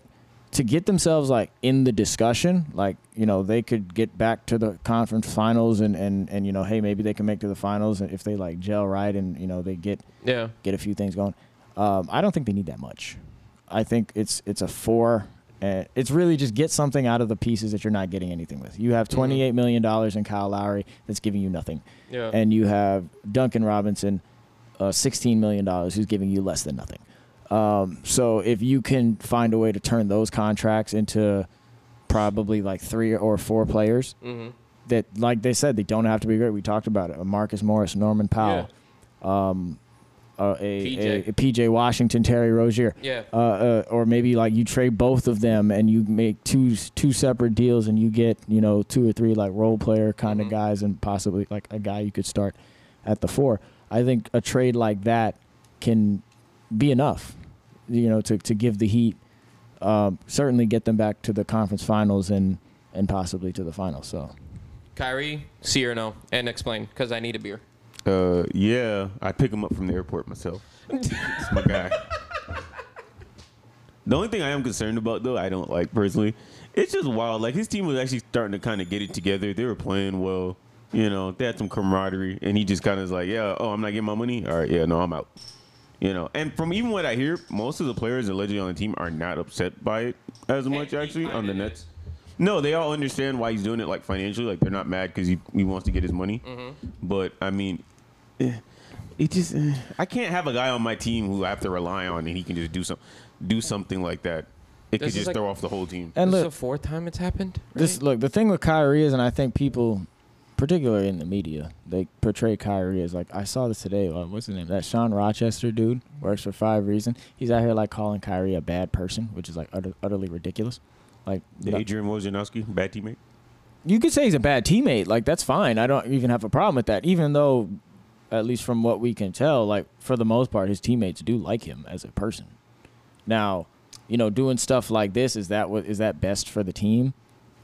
to get themselves like in the discussion, like you know they could get back to the conference finals and and and you know hey maybe they can make to the finals and if they like gel right and you know they get
Yeah.
get a few things going. Um, I don't think they need that much. I think it's it's a four. Uh, it's really just get something out of the pieces that you're not getting anything with. You have twenty eight million dollars in Kyle Lowry that's giving you nothing,
Yeah.
and you have Duncan Robinson, uh, sixteen million dollars who's giving you less than nothing. Um, so if you can find a way to turn those contracts into probably like three or four players that, like they said, they don't have to be great. We talked about it: Marcus Morris, Norman Powell uh, a,
PJ.
a, a PJ Washington, Terry Rozier.
Yeah.
Uh, uh, or maybe like you trade both of them and you make two two separate deals and you get you know two or three like role player kind of guys and possibly like a guy you could start at the four. I think a trade like that can be enough, you know, to to give the Heat um, certainly get them back to the conference finals and and possibly to the finals. So
Kyrie, see or no, and explain because I need a beer.
Uh, yeah, I pick him up from the airport myself. It's my guy. The only thing I am concerned about, though, I don't like personally. It's just wild. Like his team was actually starting to kind of get it together. They were playing well. You know, they had some camaraderie, and he just kind of is like, "Yeah, oh, I'm not getting my money. All right, yeah, no, I'm out." You know, and from even what I hear, most of the players allegedly on the team are not upset by it as much actually on the Nets. No, they all understand why he's doing it, like financially, like they're not mad because he, he wants to get his money.
Mm-hmm.
But I mean, eh, it just eh, I can't have a guy on my team who I have to rely on and he can just do some do something like that.
This
It could
is
just
like-
throw off the whole team.
and
this
look,
is the fourth time it's happened.
This look the thing with Kyrie is, and I think people, particularly in the media, they portray Kyrie as like I saw this today. Uh, what's his name? That Sean Rochester dude works for Five Reason. He's out here like calling Kyrie a bad person, which is like utter, utterly ridiculous. Like no-
Adrian Wojnarowski, bad teammate.
you could say he's a bad teammate. Like that's fine. I don't even have a problem with that. Even though, at least from what we can tell, like for the most part, his teammates do like him as a person. Now, you know, doing stuff like this is that what is that best for the team?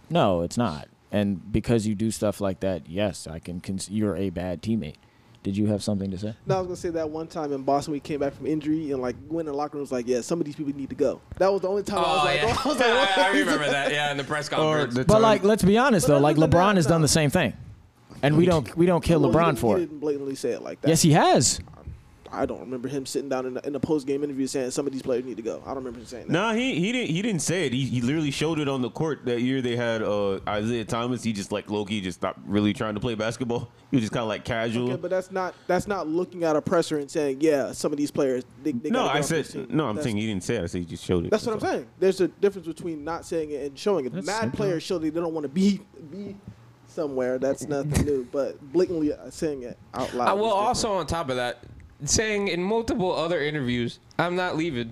No, it's not. And because you do stuff like that, yes, I can. Cons- you're a bad teammate. Did you have something to say?
no, I was gonna say that one time in Boston, we came back from injury and like went in the locker room was like, yeah, some of these people need to go. That was the only time I
Oh,
was like, I was like, what?
Oh, I, I remember that. Yeah, in the press conference.
But like, let's be honest though.
But
Like
that's what
LeBron
they're
has done
about.
the same thing, and we don't we don't kill
Well, he
LeBron
didn't-
for
He
it.
didn't blatantly say it like that.
Yes, he has.
I don't remember him sitting down in the, in the post game interview saying some of these players need to go. I don't remember him saying that.
No, he he didn't he didn't say it. He, he literally showed it on the court that year. They had uh, Isaiah Thomas. He just like Loki, just stopped really trying to play basketball. He was just kind of like casual.
Okay, but that's not that's not looking at a presser and saying, yeah, some of these players. They, they
no,
gotta get
I
off
said
this team.
no. I'm
That's-
saying he didn't say it. I said he just showed it.
That's what I'm saying. There's a difference between not saying it and showing it.
That's
Mad
simple.
players show they don't want to be be somewhere. That's nothing new. But blatantly uh, saying it out loud.
I will
is different.
also on top of that saying in multiple other interviews, I'm not leaving.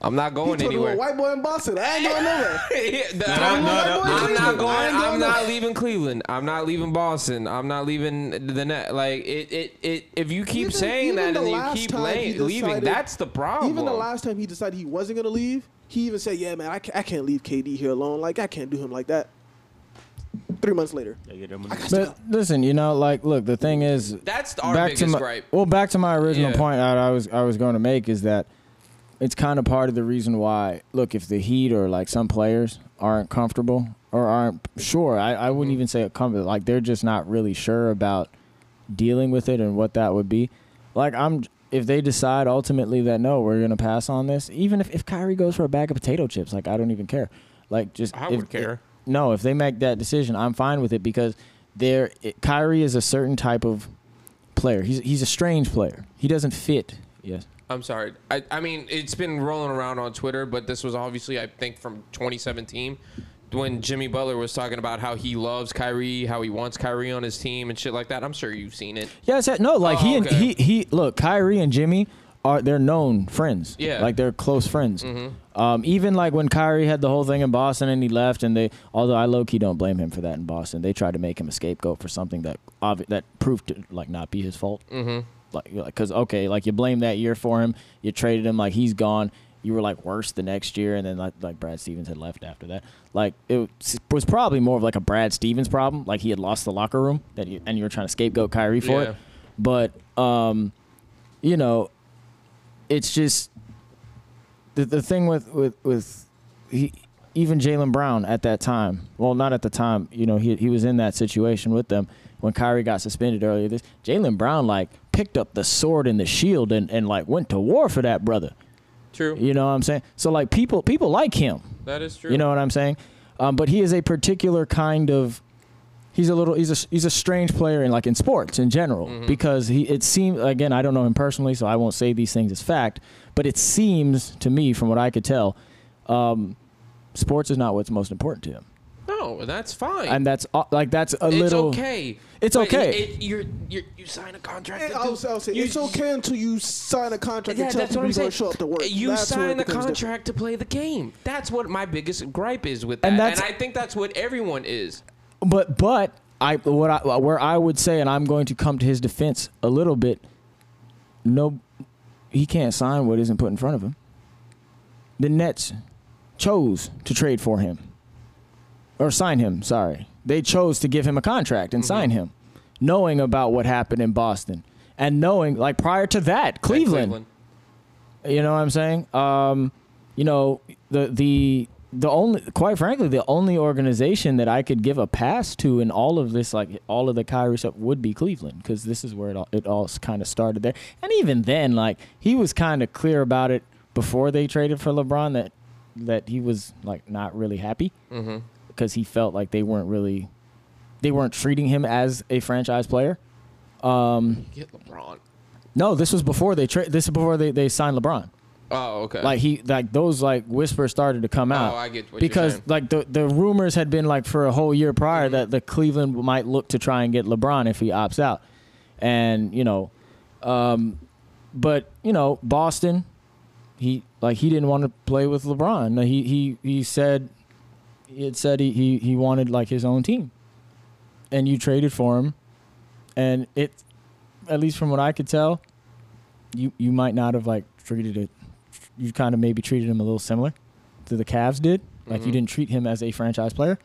I'm not
He
going
told a little
anywhere.
white boy in Boston. I ain't going nowhere.
Yeah, the-
I'm
I'm,
not-
not,
I'm
I'm not
not
going.
going
I'm
nowhere.
not leaving Cleveland. I'm not leaving Boston. I'm not leaving the net. Like it, it, it If you keep
Even-
saying
even
that
the
and you
last
keep
time
lay-
he
leaving,
decided-
that's the problem.
Even the last time he decided he wasn't gonna leave, he even said, "Yeah, man, I, ca- I can't leave KD here alone. Like I can't do him like that." Three months later,
But listen, you know, like, look, the thing is,
That's our biggest
to my,
gripe.
Well, back to my original
Yeah.
point that I was I was going to make is that it's kind of part of the reason why. Look, if the Heat or like some players aren't comfortable or aren't sure, I, I
Mm.
wouldn't even say comfortable. Like they're just not really sure about dealing with it and what that would be. Like I'm, if they decide ultimately that no, we're gonna pass on this. Even if if Kyrie goes for a bag of potato chips, like I don't even care. Like just
I
if-
would care.
no, if they make that decision, I'm fine with it because there, it, Kyrie is a certain type of player. He's he's a strange player. He doesn't fit. Yes.
I'm sorry. I, I mean, it's been rolling around on Twitter, but this was obviously, I think, from 2017 when Jimmy Butler was talking about how he loves Kyrie, how he wants Kyrie on his team and shit like that. I'm sure you've seen it.
Yes. No. Like he
Oh,
and
okay.
he he look Kyrie and Jimmy are they're known friends.
Yeah. Mm-hmm.
Like they're close friends. Um, even like when Kyrie had the whole thing in Boston and he left, and they although I low key don't blame him for that in Boston. They tried to make him a scapegoat for something that obvi- that proved to like not be his fault. Mm-hmm. Like because okay, like you blame that year for him. You traded him. Like he's gone. You were like worse the next year, and then like like Brad Stevens had left after that. Like it was probably more of like a Brad Stevens problem. Like he had lost the locker room that he, and you were trying to scapegoat Kyrie
Yeah.
for it. But um, you know, it's just the the thing with with with he even Jalen Brown at that time. Well, not at the time. You know, he he was in that situation with them when Kyrie got suspended earlier. This Jalen Brown like picked up the sword and the shield and and like went to war for that brother.
True.
You know what I'm saying? So like people people like him.
That is true.
You know what I'm saying? Um, but he is a particular kind of. He's a little. He's a he's a strange player in like in sports in general
Mm-hmm.
because he it seems again I don't know him personally so I won't say these things as fact but it seems to me from what I could tell, um, sports is not what's most important to him
no, that's fine.
and that's uh, like that's a
it's
little
okay.
It's
But
okay.
It, it, you're, you're, you sign a contract.
And
that
I
does-
was, I was saying,
you-
it's okay until you sign a contract
Yeah,
and tell
that's what
people
I'm saying.
you don't show up to work.
You
That's where it
sign a
becomes different.
contract to play the game. That's what my biggest gripe is with that.
And
And,
that's-
I think that's what everyone is.
but but I what I where I would say and I'm going to come to his defense a little bit. No, he can't sign what isn't put in front of him. The Nets chose to trade for him or sign him. Sorry, they chose to give him a contract and sign him, knowing about what happened in Boston and knowing like prior to that Cleveland. You know what I'm saying? Um, you know, the the the only quite frankly, the only organization that I could give a pass to in all of this, like all of the Kyrie stuff, would be Cleveland, because this is where it all it all kind of started there. And even then, like he was kind of clear about it before they traded for LeBron that that he was like not really happy because he felt like they weren't really they weren't treating him as a franchise player.
Get LeBron.
No, this was before they tra- this is before they, they signed LeBron
Oh, okay.
like he like those like whispers started to come out.
Oh, I get what you're
because
saying. Mm-hmm.
like the the rumors had been like for a whole year prior that the Cleveland might look to try and get LeBron if he opts out, and you know, um, but you know Boston, he like he didn't want to play with LeBron. He he he said he had said he he he wanted like his own team, and you traded for him, and it at least from what I could tell, you you might not have like treated it. You kind of maybe treated him a little similar to the Cavs did. Like
Mm-hmm.
you didn't treat him as a franchise player,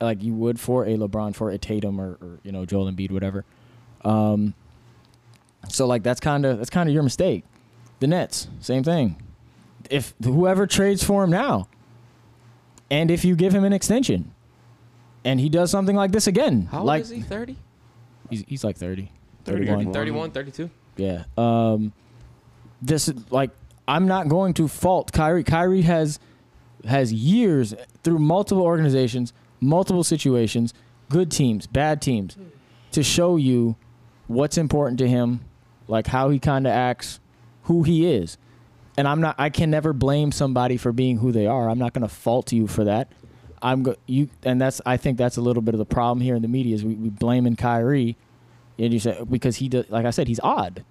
like you would for a LeBron, for a Tatum, or, or you know Joel Embiid, whatever. Um, so like that's kind of that's kind of your mistake. The Nets, same thing. If whoever trades for him now, and if you give him an extension, and he does something like this again,
How
like
old is he? 30?
He's, he's like 30,
31.
31, 32?
yeah. Um, this like I'm not going to fault Kyrie. Kyrie has has years through multiple organizations, multiple situations, good teams, bad teams, to show you what's important to him, like how he kind of acts, who he is. And I'm not. I can never blame somebody for being who they are. I'm not going to fault you for that. I'm go- you, and that's. I think that's a little bit of the problem here in the media is we, we blaming Kyrie, and you say because he does. Like I said, he's odd.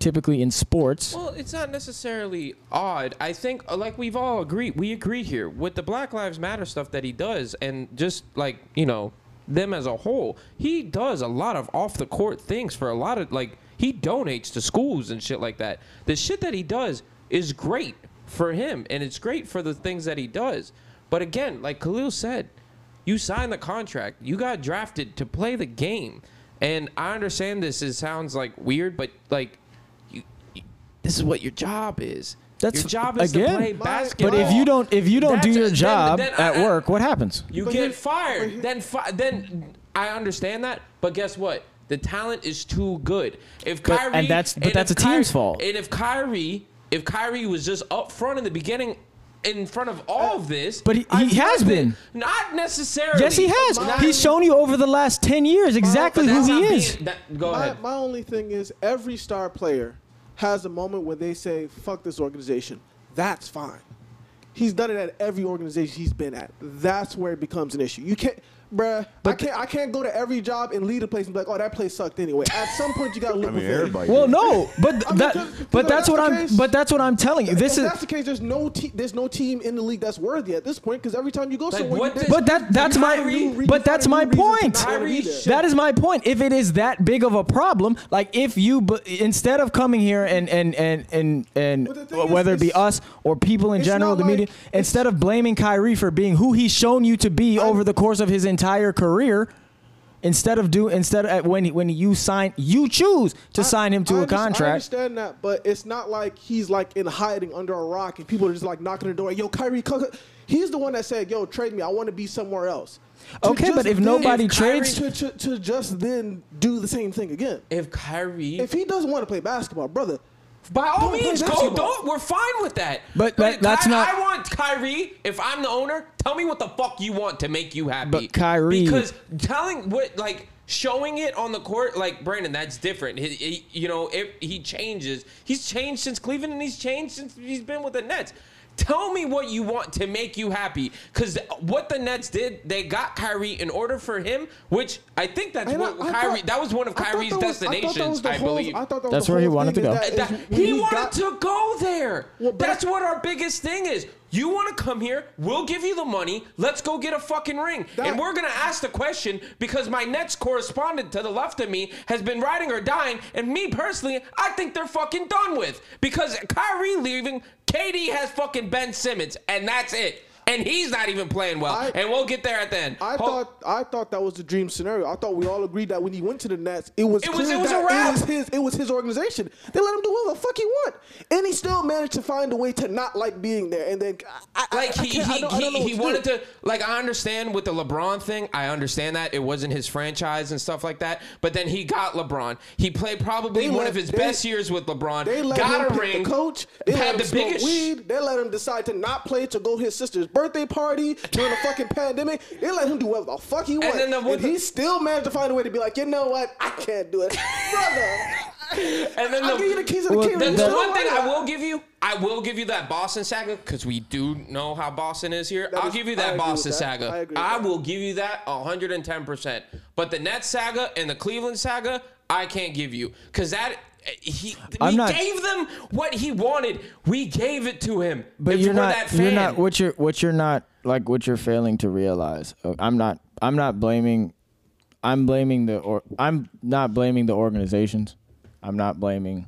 Typically in sports,
Well, it's not necessarily odd. I think, uh, like we've all agreed, we agree here with the Black Lives Matter stuff that he does, and just like you know, them as a whole, he does a lot of off the court things for a lot of like he donates to schools and shit like that. The shit that he does is great for him, and it's great for the things that he does. But again, like Khalil said, you signed the contract. You got drafted to play the game. And I understand this. It sounds like weird, but like, you, you- this is what your job is.
That's-
your job is
again,
to play
My-
basketball.
but if you don't if you don't do
That's-
your
then-
job
then I-
at
I-
work, what happens?
you
But
get
here-
fired. then fi- then I understand that, but guess what? The talent is too good. If
But-
Kyrie
and that's- but that's
if
a team's fault.
And if Kyrie, if Kyrie was just up front in the beginning,
in front of all of this.
But he- he
I've
has
lived it.
been.
Not necessarily.
Yes, he has.
Not-
He's shown you over the last 10 years exactly
That's
who he
not being-
is.
that- go
My,
ahead.
my only thing is every star player has a moment where they say, fuck this organization. That's fine. He's done it at every organization he's been at. That's where it becomes an issue. You can't bruh, I can't I can't go to every job and lead a place and be like, oh that place sucked anyway. At some point you gotta look
I mean,
within.
everybody.
Well, no, but
mean,
that,
'cause- 'cause
but
if
that's
that's
what
the
I'm,
case-
but that's what I'm telling you. This
if
is,
that's the case, there's no te- there's no team in the league that's worthy at this point because every time you go somewhere,
what
you
does-
but that, that's
Kyrie-
my, but that's my point.
Kyrie
That is my point. If it is that big of a problem, like if you b- instead of coming here and and and and and
But the thing
whether
is,
it be
it's-
us or people in
it's
general,
not
the media,
like- it's-
instead of blaming Kyrie for being who he's shown you to be over the course of his entire career, instead of do instead of when when you sign you choose to sign him to
a
a
I
contract.
understand that, but it's not like he's like in hiding under a rock and people are just like knocking the door. Yo, Kyrie, come. he's the one that said, "Yo, trade me. I want to be somewhere else." To
Okay, but
just
if
then-
nobody
If Kyrie-
trades,
to, to, to just then do the same thing again.
if Kyrie,
If he doesn't want to play basketball, brother,
by all
Don't play
means, go.
basketball.
Don't. We're fine with that.
But that- that's
Ky-
not-
I want Kyrie. If I'm the owner, tell me what the fuck you want to make you happy.
But Kyrie-
because telling what like. Showing it on the court, like Brandon, that's different. He, he- you know, if he changes, he's changed since Cleveland, and he's changed since he's been with the Nets. Tell me what you want to make you happy, because what the Nets did, they got Kyrie in order for him, which I think that's
and
what
I- I
Kyrie.
thought-
that was one of
I thought
Kyrie's
that was- I thought that
destinations,
was the
I
whole-
believe.
I thought that was
That's
the
where he
whole
wanted
thing
to
is
go.
that
That-
is when
he, wanted
got-
to go there.
Well, but-
That's what our biggest thing is. You want to come here? We'll give you the money. Let's go get a fucking ring.
That-
and we're gonna ask the question because my Nets correspondent to the left of me has been riding or dying, and me personally, I think they're fucking done with because Kyrie leaving, KD has fucking Ben Simmons, and that's it. And he's not even playing well.
I-
and we'll get there at the end.
I
Ho-
thought I thought that was the dream scenario. I thought we all agreed that when he went to the Nets, it was
It was-
clear
it was a
that
wrap.
It was his it was his organization. They let him do whatever the fuck he want, and he still managed to find a way to not like being there. And then I, I-
like
I
he he,
can't- I don't- I don't
he,
know what
he
to do.
wanted to like I understand with the LeBron thing. I understand that it wasn't his franchise and stuff like that. But then he got LeBron. He played probably
They
one
let-
of his
they-
best years with LeBron.
They let
got
him
a
pick
ring.
the coach. They
had
let him
the
smoke
biggest
weed. They let him decide to not play to go to his sister's birthday party during the fucking pandemic. They let him do whatever the fuck he wanted.
then the- what
and
the-
he still managed to find a way to be like, you know what? I can't do it, brother.
And then the-
I'll give you the keys of the
Well,
kingdom.
The,
You
the
still
one
want
thing
it?
I will give you, I will give you that Boston saga because we do know how Boston is here. I'll
is-
give you
I
that
agree
Boston
with that.
saga.
I
I,
agree with that.
will give you that 110%. But the Nets saga and the Cleveland saga, I can't give you because that. He,
I'm
we
not-
gave them what he wanted. We gave it to him.
But
If
you're
were
not.
That
You're
fan-
not. What you're. What you're not. Like what you're failing to realize. Uh, I'm not. I'm not blaming. I'm blaming the. Or I'm not blaming the organizations. I'm not blaming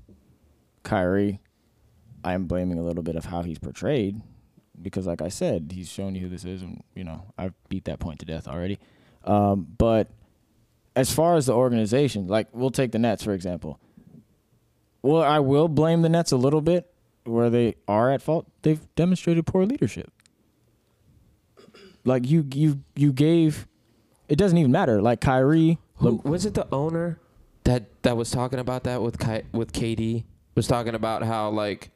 Kyrie. I'm blaming a little bit of how he's portrayed, because like I said, he's shown you who this is, and you know I've beat that point to death already. Um, but as far as the organization, like we'll take the Nets for example. Well, I will blame the Nets a little bit where they are at fault. They've demonstrated poor leadership. Like you, you, you gave. It doesn't even matter. Like Kyrie,
Who, was it the owner that that was talking about that with Ki- with KD was talking about how like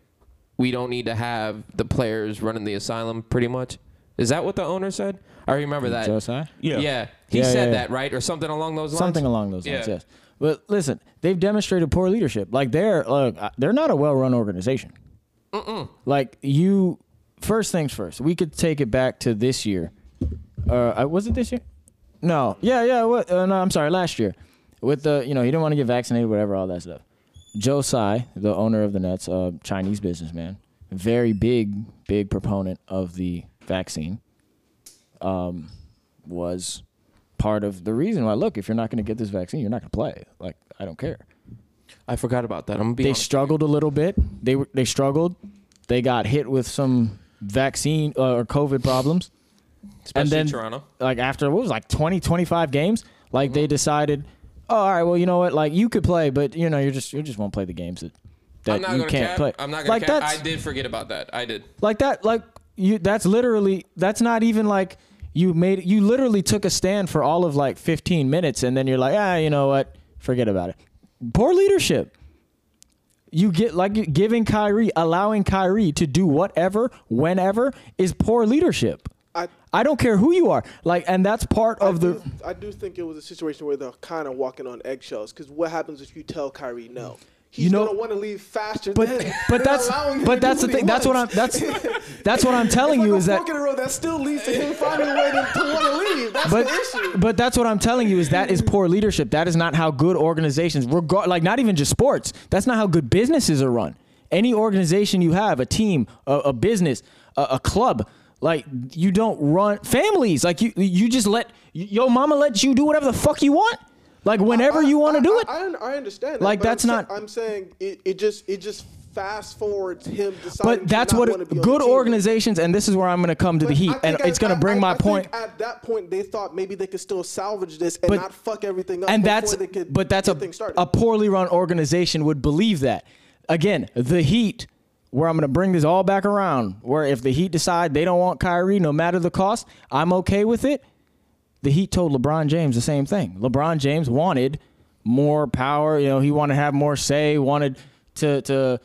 we don't need to have the players running the asylum pretty much. Is that what the owner said? I remember that.
Josiah?
Yeah.
Yeah.
He
Yeah, yeah,
said
yeah.
that, right? Or something along those lines.
something along those lines.
Yeah.
Yes, but listen, they've demonstrated poor leadership. Like they're look, uh, they're not a well-run organization. Like you, first things first. We could take it back to this year. Uh, I- was it this year? No. Yeah, yeah. What? Uh, no, I'm sorry. Last year, with the you know he didn't want to get vaccinated, whatever, all that stuff. Joe Tsai, the owner of the Nets, uh, Chinese businessman, very big, big proponent of the vaccine um, was part of the reason why. Look, if you're not going to get this vaccine, you're not going to play. Like, I don't care.
I forgot about that. I'm gonna be
They
honest.
struggled a little bit. They were they struggled. They got hit with some vaccine uh, or COVID problems,
especially
and then
Toronto. Mm-hmm.
like after what was it, like 20, 25 games, like they decided, oh, all right, well, you know what, like you could play, but you know, you're just you just won't play the games that that
I'm not
you
gonna
can't
cap.
play.
I'm not gonna
like
cap.
that's
I did forget about that. I did.
like that like you that's literally that's not even like you made you literally took a stand for all of like 15 minutes and then you're like ah you know what forget about it poor leadership You get like you- giving Kyrie, allowing Kyrie to do whatever, whenever is poor leadership.
I-
I don't care who you are. Like, and that's part
I
of the.
do, I do think it was a situation where they're kind of walking on eggshells because what happens if you tell Kyrie no? He's
You know-
gonna want to leave faster.
But
than
but
than
that's
allowing him
but
to
that's
do what
the thing.
he
That's what I'm
wants.
that's that's what I'm telling
It's
you
like
is
a
that
fork in the road that still leads to him finding a way to, to want to leave. That's
but
the issue.
but that's what I'm telling you is that is poor leadership. That is not how good organizations regard like not even just sports. That's not how good businesses are run. Any organization you have, a team, a, a business, a, a club, like you don't run families. Like you you just let yo mama lets you do whatever the fuck you want. Like whenever you want to
I-
do
I-
it.
I, un- I understand. that,
Like,
but I'm
that's
sa-
not-
I'm saying it, it just it just fast forwards him deciding.
But that's
to not
what
wanna be on
good
the team.
organizations, and this is where I'm going to come to the
But
heat,
I
and
think
it's
at-
going
I-
to bring
I-
my
I think
point.
At that point, they thought maybe they could still salvage this and
But-
not fuck everything up.
and
before
that's
they could
but that's
get
a
things started.
a poorly run organization would believe that. Again, the Heat, where I'm going to bring this all back around, where if the Heat decide they don't want Kyrie, no matter the cost, I'm okay with it. The Heat told LeBron James the same thing. LeBron James wanted more power. You know, he wanted to have more say. Wanted to to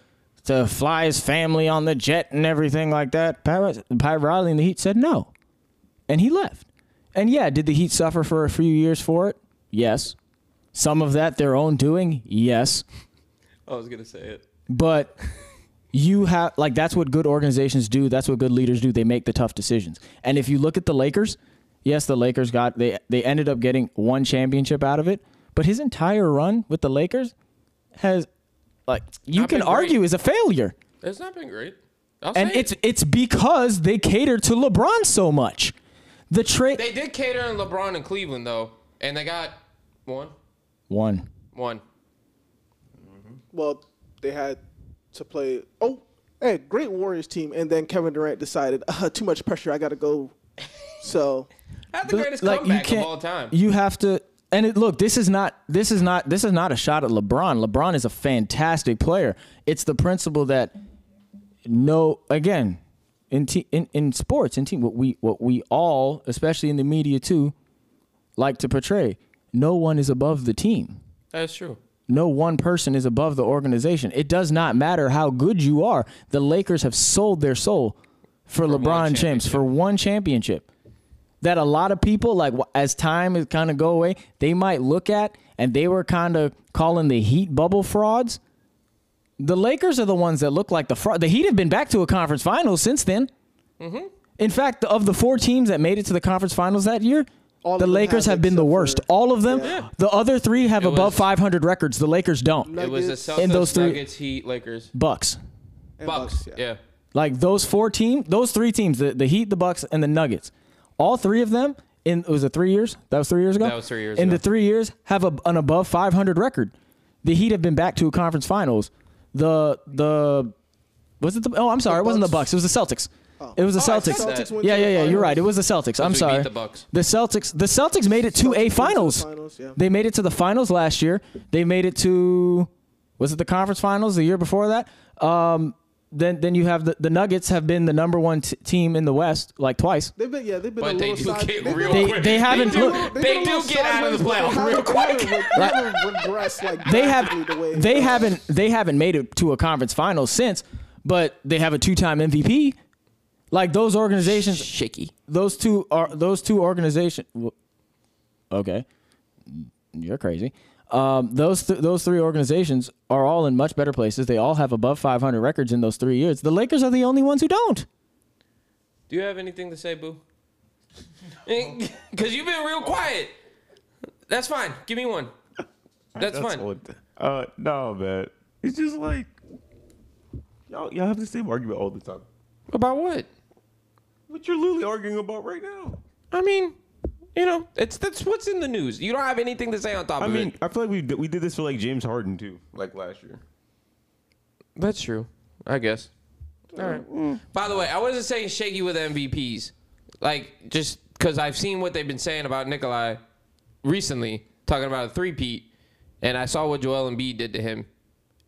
to fly his family on the jet and everything like that. Pat, Pat Riley and the Heat said no and he left. And yeah, did the Heat suffer for a few years for it? Yes. Some of that their own doing? Yes.
Oh, I was gonna say it.
But you have like that's what good organizations do. That's what good leaders do. They make the tough decisions. And if you look at the Lakers, yes, the Lakers got they they ended up getting one championship out of it, but his entire run with the Lakers has like you
Not
can
been great.
argue is a failure.
It's not been great. I'll
And
say
it's
it.
it's because they cater to LeBron so much. The trade
they did cater in LeBron and Cleveland though, and they got one,
one.
one.
well, they had to play. Oh, hey, great Warriors team, and then Kevin Durant decided uh, too much pressure. I gotta go. So
Had the greatest comeback of all time.
You have to and it, look, this is not this is not this is not a shot at LeBron. LeBron is a fantastic player. It's the principle that no again in te- in, in sports in team what we what we all especially in the media too like to portray. No one is above the team.
That's true.
No one person is above the organization. It does not matter how good you are. The Lakers have sold their soul for, LeBron James for one championship. That a lot of people, like wh- as time is kind of go away, they might look at and they were kind of calling the Heat bubble frauds. The Lakers are the ones that look like the fraud. The Heat have been back to a conference final since then. In fact, the- of the four teams that made it to the conference finals that year,
All
the
of them
Lakers
have
have been the
except
worst.
for-
All of them. The other three have
It
above
was-
500 records. The Lakers don't.
It was the
Nuggets
Celtics,
In those three-
Nuggets, Heat, Lakers,
Bucks.
and
Bucks.
yeah.
yeah.
Like those four teams, those three teams, the, the Heat, the Bucks, and the Nuggets. All three of them in it was it three years? That was three years ago.
That was three years
In
ago.
the three years, have a, an above 500 record. The Heat have been back to a conference finals. The the was it the oh I'm sorry, it wasn't the
Bucks?
Bucks. It was the Celtics. It was the
Oh, I said
Celtics.
that.
went
Yeah,
to the
yeah, yeah. You're
finals.
right. It was the Celtics. I'm
we beat
sorry.
the Bucks.
The Celtics. The Celtics made it to
Celtics made it
a
to the
finals.
finals, yeah.
They made it to the finals last year. They made it to was it the conference finals the year before that? Um, then then you have the, the Nuggets have been the number one t- team in the West like twice.
They've been yeah they've been a
But they
little
do
side-
get
they've been
real
a-
They
quick.
they haven't
do.
look.
they've been
They
a little
do get out of the
sideways,
playoff real
but they haven't- they haven't regressed, like,
they
drastically
have
the way
they
it was.
haven't they haven't made it to a conference final since, but they have a two time MVP. Like those organizations,
Shaky.
those two are those two organizations. Okay, you're crazy. Um, those th- those three organizations are all in much better places. They all have above 500 records in those three years. The Lakers are the only ones who don't.
Do you have anything to say, Boo? Because you've been real quiet. That's fine. Give me one. That's, fine.
all it- Uh, no, man. It's just like y'all y'all have the same argument all the time.
About what?
What you're literally arguing about right now.
I mean, you know, it's that's what's in the news. You don't have anything to say on top
I
of
mean,
it.
I feel like we did, we did this for like James Harden too, like last year.
That's true. I guess. All right. By the way, I wasn't saying shaky with MVPs. Like, just because I've seen what they've been saying about Nikolai recently, talking about a three-peat, and I saw what Joel Embiid did to him.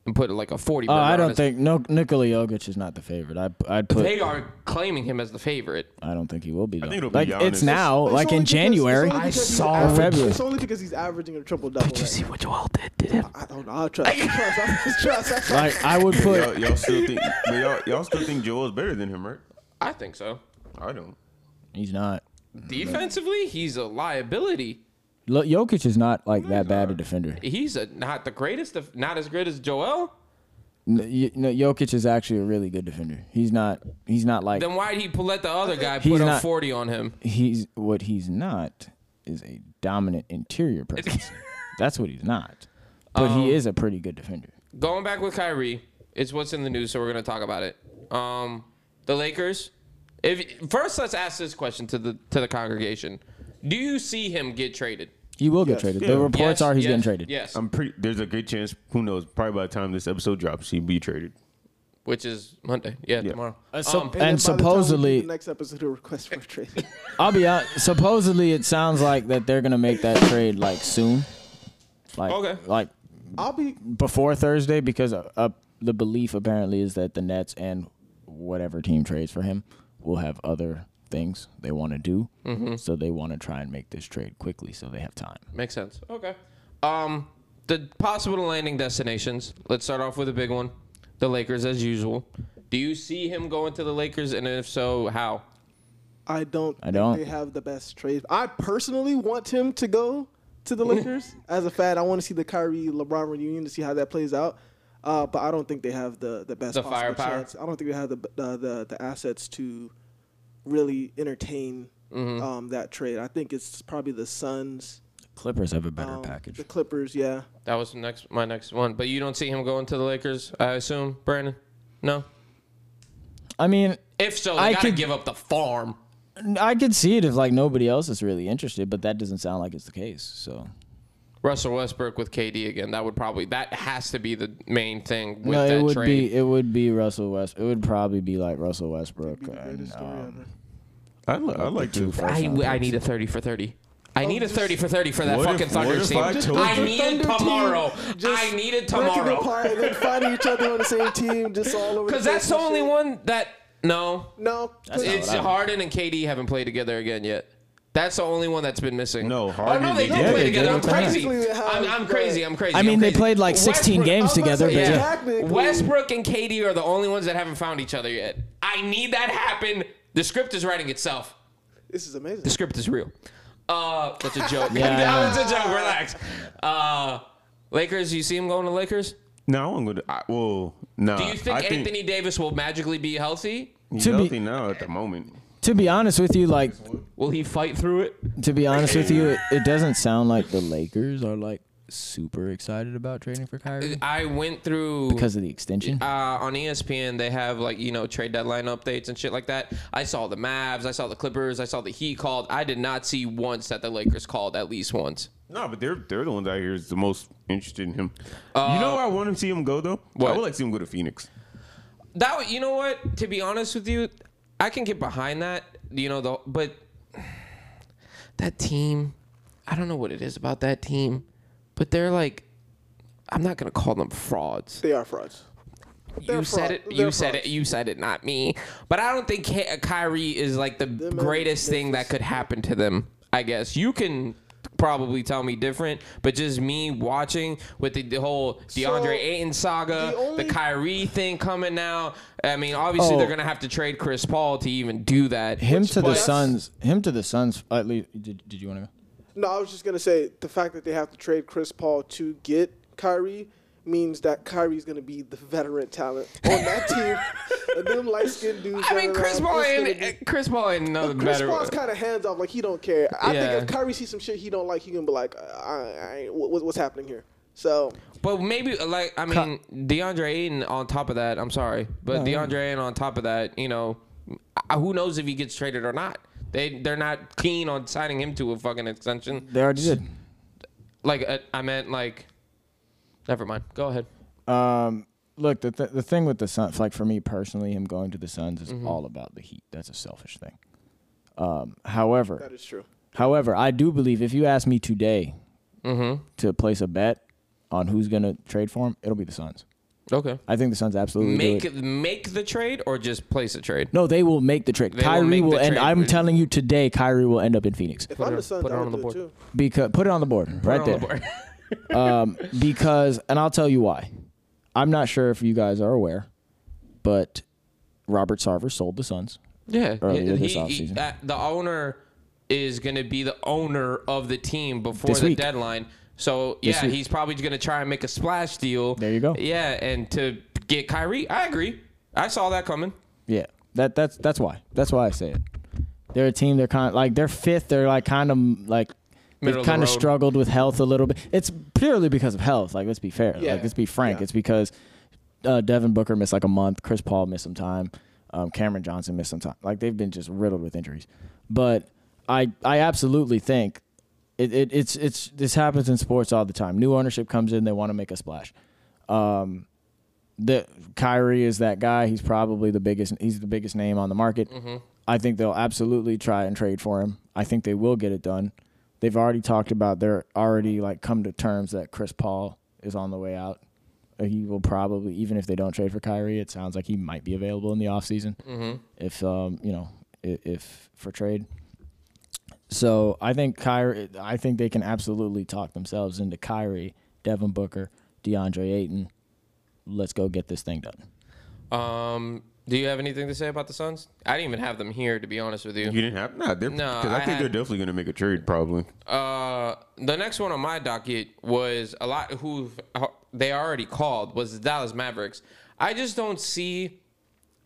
and put like a forty.
Oh,
burger
I
on
don't
his-
think no Nikola Jokic is not the favorite. I I'd put.
they are claiming him as the favorite.
I don't think he will be. Though.
think it'll be
like
Giannis.
it's now,
It's
like
only
in
because-
January.
it's only
I
because he's
saw
average-
February.
It's only because he's averaging a triple double. Did you see what Joel did? Did him? I don't know. I'll trust. I'll trust. I'll trust. I'll trust.
Like I would put.
Y'all, y'all still think but y'all, y'all still think Joel's better than him, right?
I think so.
I don't.
He's not.
Defensively, he's a liability.
Lo- Jokic is not like that bad a defender.
He's a, not the greatest, of, not as great as Joel.
No, y- no, Jokic is actually a really good defender. He's not. He's not like
Then why'd he let the other guy
He's
put up
not-
40 on him?
he's. What he's not is a dominant interior presence. That's what he's not. But he is a pretty good defender.
Going back with Kyrie, it's what's in the news, so we're going to talk about it. Um, the Lakers. If first, let's ask this question to the to the congregation: Do you see him get traded?
He will get traded. The
Yeah.
reports
Yes,
are he's
yes,
getting traded.
Yes,
I'm pretty. There's a good chance. Who knows? Probably by the time this episode drops, he'd be traded.
which is Monday. Yeah, tomorrow.
Uh, so-
Um,
and
then by the time we do
supposedly-
the next episode a request for a trade.
I'll be honest. Supposedly, it sounds like that they're gonna make that trade like soon, like
Okay.
like
I'll be
before Thursday, because uh, uh, the belief apparently is that the Nets and whatever team trades for him will have other things they want to do,
Mm-hmm.
so they want to try and make this trade quickly so they have time.
Makes sense. Okay. Um, the possible landing destinations. Let's start off with a big one. The Lakers, as usual. Do you see him going to the Lakers, and if so, how?
I don't.
I don't.
Think they have the best trade. I personally want him to go to the Lakers as a fan. I want to see the Kyrie LeBron reunion to see how that plays out. Uh, but I don't think they have the the best.
The
possible
firepower.
chance. I don't think they have the the the, the assets to really entertain
Mm-hmm.
um, that trade. I think it's probably the Suns,
Clippers have a better
um,
package.
the Clippers. Yeah,
That was next my next one. But you don't see him going to the Lakers, I assume, Brandon. No.
I mean,
If so, they
I
gotta
could-
give up the farm.
I could see it if like nobody else is really interested, but that doesn't sound like it's the case. So
Russell Westbrook with KD again. That would probably that has to be the main thing with
no,
that
it would
trade.
be it would be Russell West. It would probably be like Russell Westbrook and
Greatest story
um,
ever.
I, li- I like to.
I, I need a 30 for 30. I need a 30 for 30 for that
Oh, What if-
fucking Thunder
what if
team.
I told
I
you-
need it
Thunder team
tomorrow.
just
I need it
Breaking
tomorrow.
apart and then finding each other on the same team, just all over.
Because
place
that's the
and
only
shit.
one that. No.
No,
It's Harden and KD haven't played together again yet. That's the only one that's been missing.
No,
Oh, no,
Harden-
they did
Yeah,
play
they
together.
did.
I'm crazy.
Technically, they have,
I'm, I'm crazy.
but-
I'm crazy.
I
I'm
mean, they
crazy.
played like 16
Westbrook- Oh,
games
I was about
together,
to
but
say,
yeah.
Technically-
Westbrook and KD are the only ones that haven't found each other yet. I need that happen. The script is writing itself.
This is amazing.
The script is real. Uh, that's a joke.
Yeah.
that was a joke. Relax. Uh, Lakers. You see him going to Lakers?
No, I'm gonna. I, well, no.
Do you think
Uh, I
Anthony Davis will magically be healthy?
He's
To be-
healthy now at the moment.
To be honest with you, like
Will he fight through it?
to be honest with you, it, it doesn't sound like the Lakers are like super excited about trading for Kyrie
I went through
because of the extension.
uh, on ESPN, they have like you know trade deadline updates and shit like that. I saw the Mavs, I saw the Clippers, I saw the Heat called. I did not see once that the Lakers called at least once.
No, but they're they're the ones out here is the most interested in him. you know where I want to see him go though.
What?
I would like to see him go to Phoenix.
That would- you know what? To be honest with you, I can get behind that. You know the but that team, I don't know what it is about that team, but they're like, I'm not gonna call them frauds.
They are frauds.
You
They're
said
fraud-
it. You
they're
said it.
frauds.
You said it. Not me. But I don't think Ky- Kyrie is like the
man-
greatest thing that could happen to them. I guess you can probably tell me different, but just me watching with the, the whole DeAndre Ayton saga,
the
the,
only-
Kyrie thing coming now. I mean, obviously
Oh.
they're gonna have to trade Chris Paul to even do that.
him
which-
to the
but-
Suns. Him to the Suns. At least, did, did you want to go?
No, I was just gonna say the fact that they have to trade Chris Paul to get Kyrie means that Kyrie's gonna be the veteran talent on that team. and them light skinned dudes.
I mean,
running
Chris
around,
Paul
it's gonna
and uh,
be-
Chris Paul and another
Chris
better.
Paul's kind of hands off, like he don't care. I
Yeah.
think if Kyrie sees some shit he don't like, he gonna be like, I, I, I, ain't- what, what's happening here? So
But maybe like I mean DeAndre Ayton on top of that. I'm sorry, but DeAndre Ayton on top of that, you know, I- who knows if he gets traded or not? They they're not keen on signing him to a fucking extension.
They already did.
Like uh, I meant like, never mind. Go ahead.
Um, look, the th- the thing with the Suns, like for me personally, him going to the Suns is all about the Heat. That's a selfish thing. Um, however,
that is true.
However, I do believe if you ask me today to place a bet on who's going to trade for him, it'll be the Suns.
Okay.
I think the Suns absolutely do it.
Make make the trade or just place a trade.
No, they will make the trade.
They will
Kyrie
make
will,
the
end.
trade.
I'm telling you today, Kyrie will end up in Phoenix.
If
Put
I'm
it-
the Suns,
put it
I
on
would
the
do it
board.
too.
Because put it on the board right
On
there.
the board.
um, because, and I'll tell you why. I'm not sure if you guys are aware, but Robert Sarver sold the Suns.
Yeah,
Earlier
yeah,
this
he- he-
offseason.
that- the owner is going to be the owner of the team before
This
the
week.
deadline. So
This
yeah,
week.
he's probably going to try and make a splash deal.
There you go.
Yeah, and to get Kyrie, I agree. I saw that coming.
Yeah, that that's that's why. That's why I say it. They're a team. They're kind of like they're fifth. They're like kind of like
Middle
they've
of the
kind of
road.
struggled with health a little bit. It's purely because of health. Like let's be fair.
Yeah.
Like let's be frank.
Yeah.
It's because uh, Devin Booker missed like a month. Chris Paul missed some time. Um, Cameron Johnson missed some time. Like they've been just riddled with injuries. But I I absolutely think it, it it's it's this happens in sports all the time. New ownership comes in. They want to make a splash the Kyrie is that guy. He's probably the biggest. He's the biggest name on the market. I think they'll absolutely try and trade for him. I think they will get it done. They've already talked about they're already like come to terms that Chris Paul is on the way out. Uh, He will probably even if they don't trade for Kyrie, it sounds like he might be available in the offseason mm-hmm. if um you know if, if for trade. So I think Kyrie, I think they can absolutely talk themselves into Kyrie, Devin Booker, DeAndre Ayton. Let's go get this thing done.
Um, do you have anything to say about the Suns? I didn't even have them here to be honest with you.
You didn't have nah, they're,
No,
'cause I,
I
think
had-
they're definitely gonna make a trade probably.
Uh, the next one on my docket was a lot who they already called was the Dallas Mavericks. I just don't see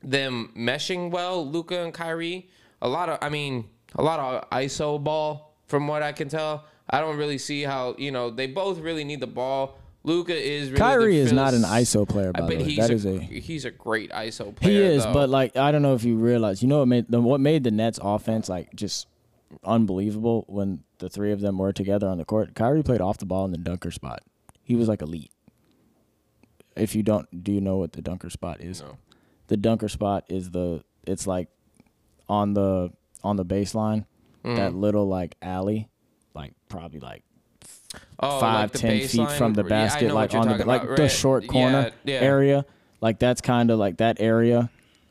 them meshing well, Luca and Kyrie. A lot of, I mean, a lot of ISO ball from what I can tell. I don't really see how you know they both really need the ball. Luca is really
Kyrie
the
is not an
phys-
ISO player, by
I-
the
but
way.
He's
That
a,
is a-
he's a great ISO player.
He is,
though.
but like I don't know if you realize. You know what made the, what made the Nets offense like just unbelievable when the three of them were together on the court. Kyrie played off the ball in the dunker spot. He was like elite. If you don't, do you know what the dunker spot is?
No.
The dunker spot is the it's like on the on the baseline
Mm.
that little like alley, like probably like
oh,
Five ten feet
baseline?
from the
Yeah, I
basket,
know
like
what you're
on the
talking
like
about,
the
right?
short corner
Yeah, yeah.
area. Like that's kind of like that area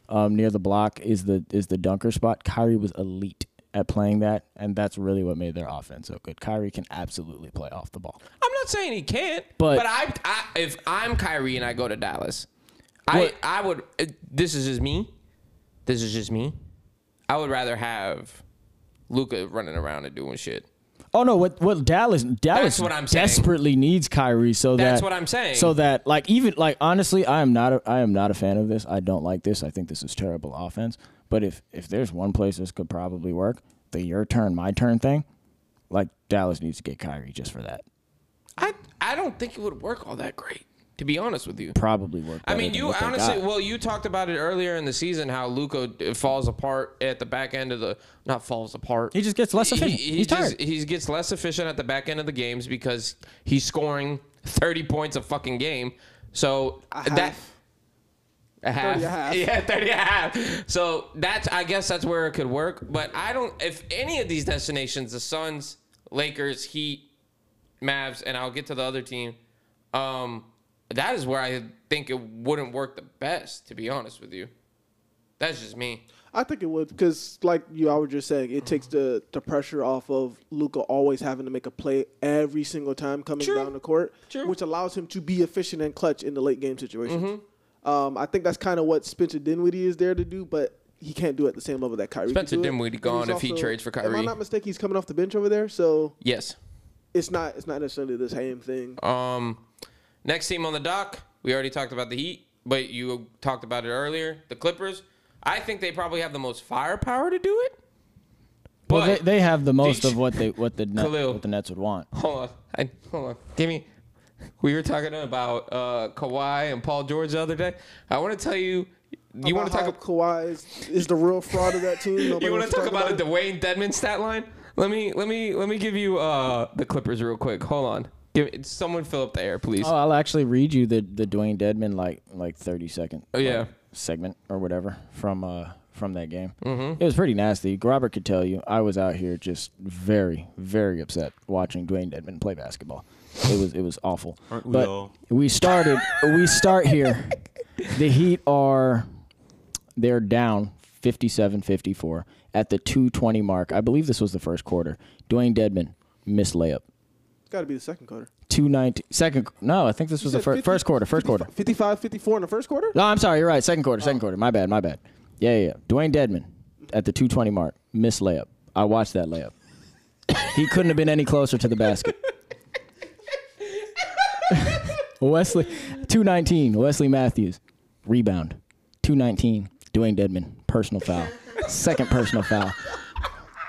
um, near the block is the is the dunker spot. Kyrie was elite at playing that, and that's really what made their offense so good. Kyrie can absolutely play off the ball.
I'm not saying he can't,
But-
but I, I if I'm Kyrie and I go to Dallas,
What-
I I would. it- This is just me. This is just me. I would rather have Luca running around and doing shit.
Oh no! What what Dallas Dallas
what I'm saying.
desperately needs Kyrie so
That's
that
what I'm saying.
So that like even like honestly, I am not a, I am not a fan of this. I don't like this. I think this is terrible offense. But if if there's one place this could probably work, the your turn, my turn thing, like Dallas needs to get Kyrie just for that.
I I don't think it would work all that great, to be honest with you.
Probably work.
I
better
mean,
than
you
what they
honestly.
got.
Well, you talked about it earlier in the season how Luca falls apart at the back end of the not falls apart.
He just gets less efficient.
He, he
He's
just-
tired.
he gets less efficient at the back end of the games because he's scoring thirty points a fucking game. So that.
half.
A half.
a half.
Yeah, 30 and a half. So that's I guess that's where it could work. But I don't if any of these destinations, the Suns, Lakers, Heat, Mavs, and I'll get to the other team, um, that is where I think it wouldn't work the best, to be honest with you. That's just me.
I think it would because, like you, I was just saying, it
Mm-hmm.
takes the, the pressure off of Luca always having to make a play every single time coming
True.
down the court,
True.
which allows him to be efficient and clutch in the late game situations.
Mm-hmm.
Um, I think that's kind of what Spencer Dinwiddie is there to do, but he can't do it at the same level that Kyrie. could
Spencer
do it.
Dinwiddie
And
gone
he's
if he trades for
Am I
Kyrie.
not mistaken? He's coming off the bench over there, so
Yes.
it's not it's not necessarily the same thing.
Um next team on the dock, we already talked about the Heat, but you talked about it earlier. The Clippers. I think they probably have the most firepower to do it.
well, they,
but-
they have the most
Did
of what they what the net,
Khalil.
what the Nets would want.
Hold on. I, hold on. Give me. We were talking about uh, Kawhi and Paul George the other day. I want to tell you. You want to talk.
about Kawhi is, is the real fraud of that team? Nobody
You want to
wants
talk about,
it?
a Dwayne Dedman stat line? Let me. Let me. Let me give you uh, the Clippers real quick. Hold on. Give someone fill up the air, please.
Oh, I'll actually read you the the Dwayne Dedman like like thirty second.
Oh, yeah.
segment or whatever from uh from that game.
Mm-hmm.
It was pretty nasty. Robert could tell you I was out here just very very upset watching Dwayne Dedman play basketball. It was it was awful.
Aren't we
but
all?
we started we start here. The Heat are they're down 57-54 at the 220 mark. I believe this was the first quarter. Dwayne Deadman missed layup.
It's got to be the second quarter.
290 second no, I think this was the
said
fir-
50
first quarter, first quarter.
55 54 in the first quarter?
No, I'm sorry. You're right. Second quarter. Second quarter. My bad. My bad. Yeah, yeah, yeah. Dwayne Deadman at the 220 mark. Missed layup. I watched that layup. he couldn't have been any closer to the basket. Wesley, 219. Wesley Matthews. Rebound. 219. Dwayne Deadman. Personal foul. Second personal foul.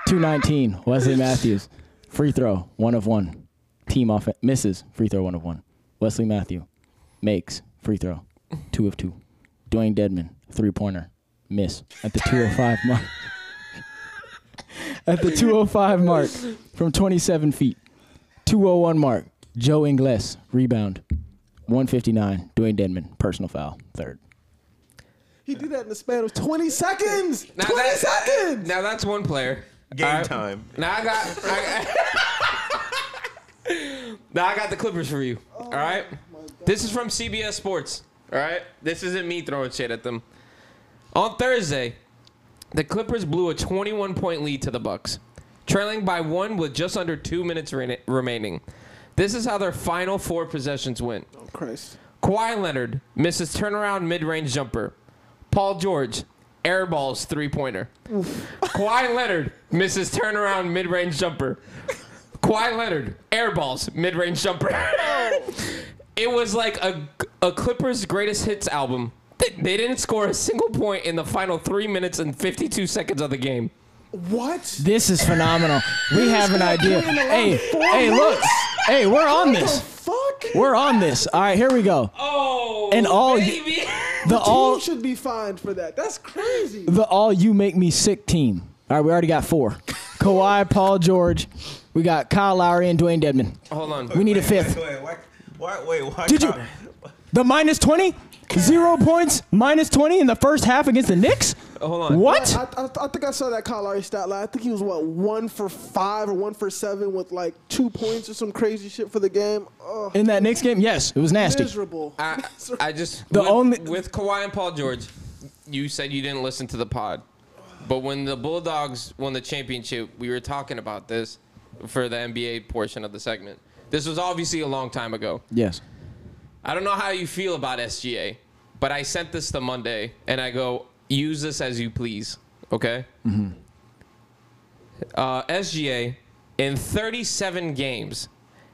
219. Wesley Matthews. Free throw. One of one. Team offense. Misses. Free throw. One of one. Wesley Matthew makes free throw, two of two. Dwayne Deadman, three pointer, miss at the 205 mark. at the 205 mark from 27 feet. 201 mark, Joe Ingles, rebound. 159, Dwayne Deadman, personal foul, third.
He did that in the span of 20 seconds. 20
Now that-
seconds.
Now that's one player.
Game
All right.
time.
Now I got. I, now I got the Clippers for you. all right. This is from CBS Sports. All right. This isn't me throwing shit at them. On Thursday, the Clippers blew a 21 point lead to the Bucks, trailing by one with just under two minutes re- remaining. This is how their final four possessions went.
oh, Christ.
Kawhi Leonard misses turnaround mid-range jumper. Paul George airballs three-pointer. Kawhi Leonard misses turnaround mid-range jumper. Kawhi Leonard airballs mid-range jumper. it was like a, a Clippers greatest hits album. They- They didn't score a single point in the final three minutes and 52 seconds of the game.
What?
This is phenomenal. We have an idea.
in the round
Hey,
four
hey, look. Hey, we're on this.
Fuck.
We're on this. All right, here we go.
Oh,
And all y-
baby.
The
All
all
should be fined for that. That's crazy.
the all you make me sick team. All right, we already got four. Kawhi, Paul George. We got Kyle Lowry and Dwayne Dedman.
Hold on.
We need a fifth.
Wait, why, why, wait, why
Did you- The minus 20? Zero points, minus 20 in the first half against the Knicks?
Hold on.
What?
I, I, I think I saw that Kyle Lowry stat line. I think he was what one for five or one for seven with like two points or some crazy shit for the game. Oh,
In that Knicks game? Yes, it was nasty.
miserable.
I, I just
The
with,
only-
with Kawhi and Paul George, you said you didn't listen to the pod, but when the Bulldogs won the championship, we were talking about this for the NBA portion of the segment. This was obviously a long time ago.
Yes.
I don't know how you feel about SGA, but I sent this to Monday, and I go use this as you please. Okay.
Mm-hmm.
Uh, SGA in 37 games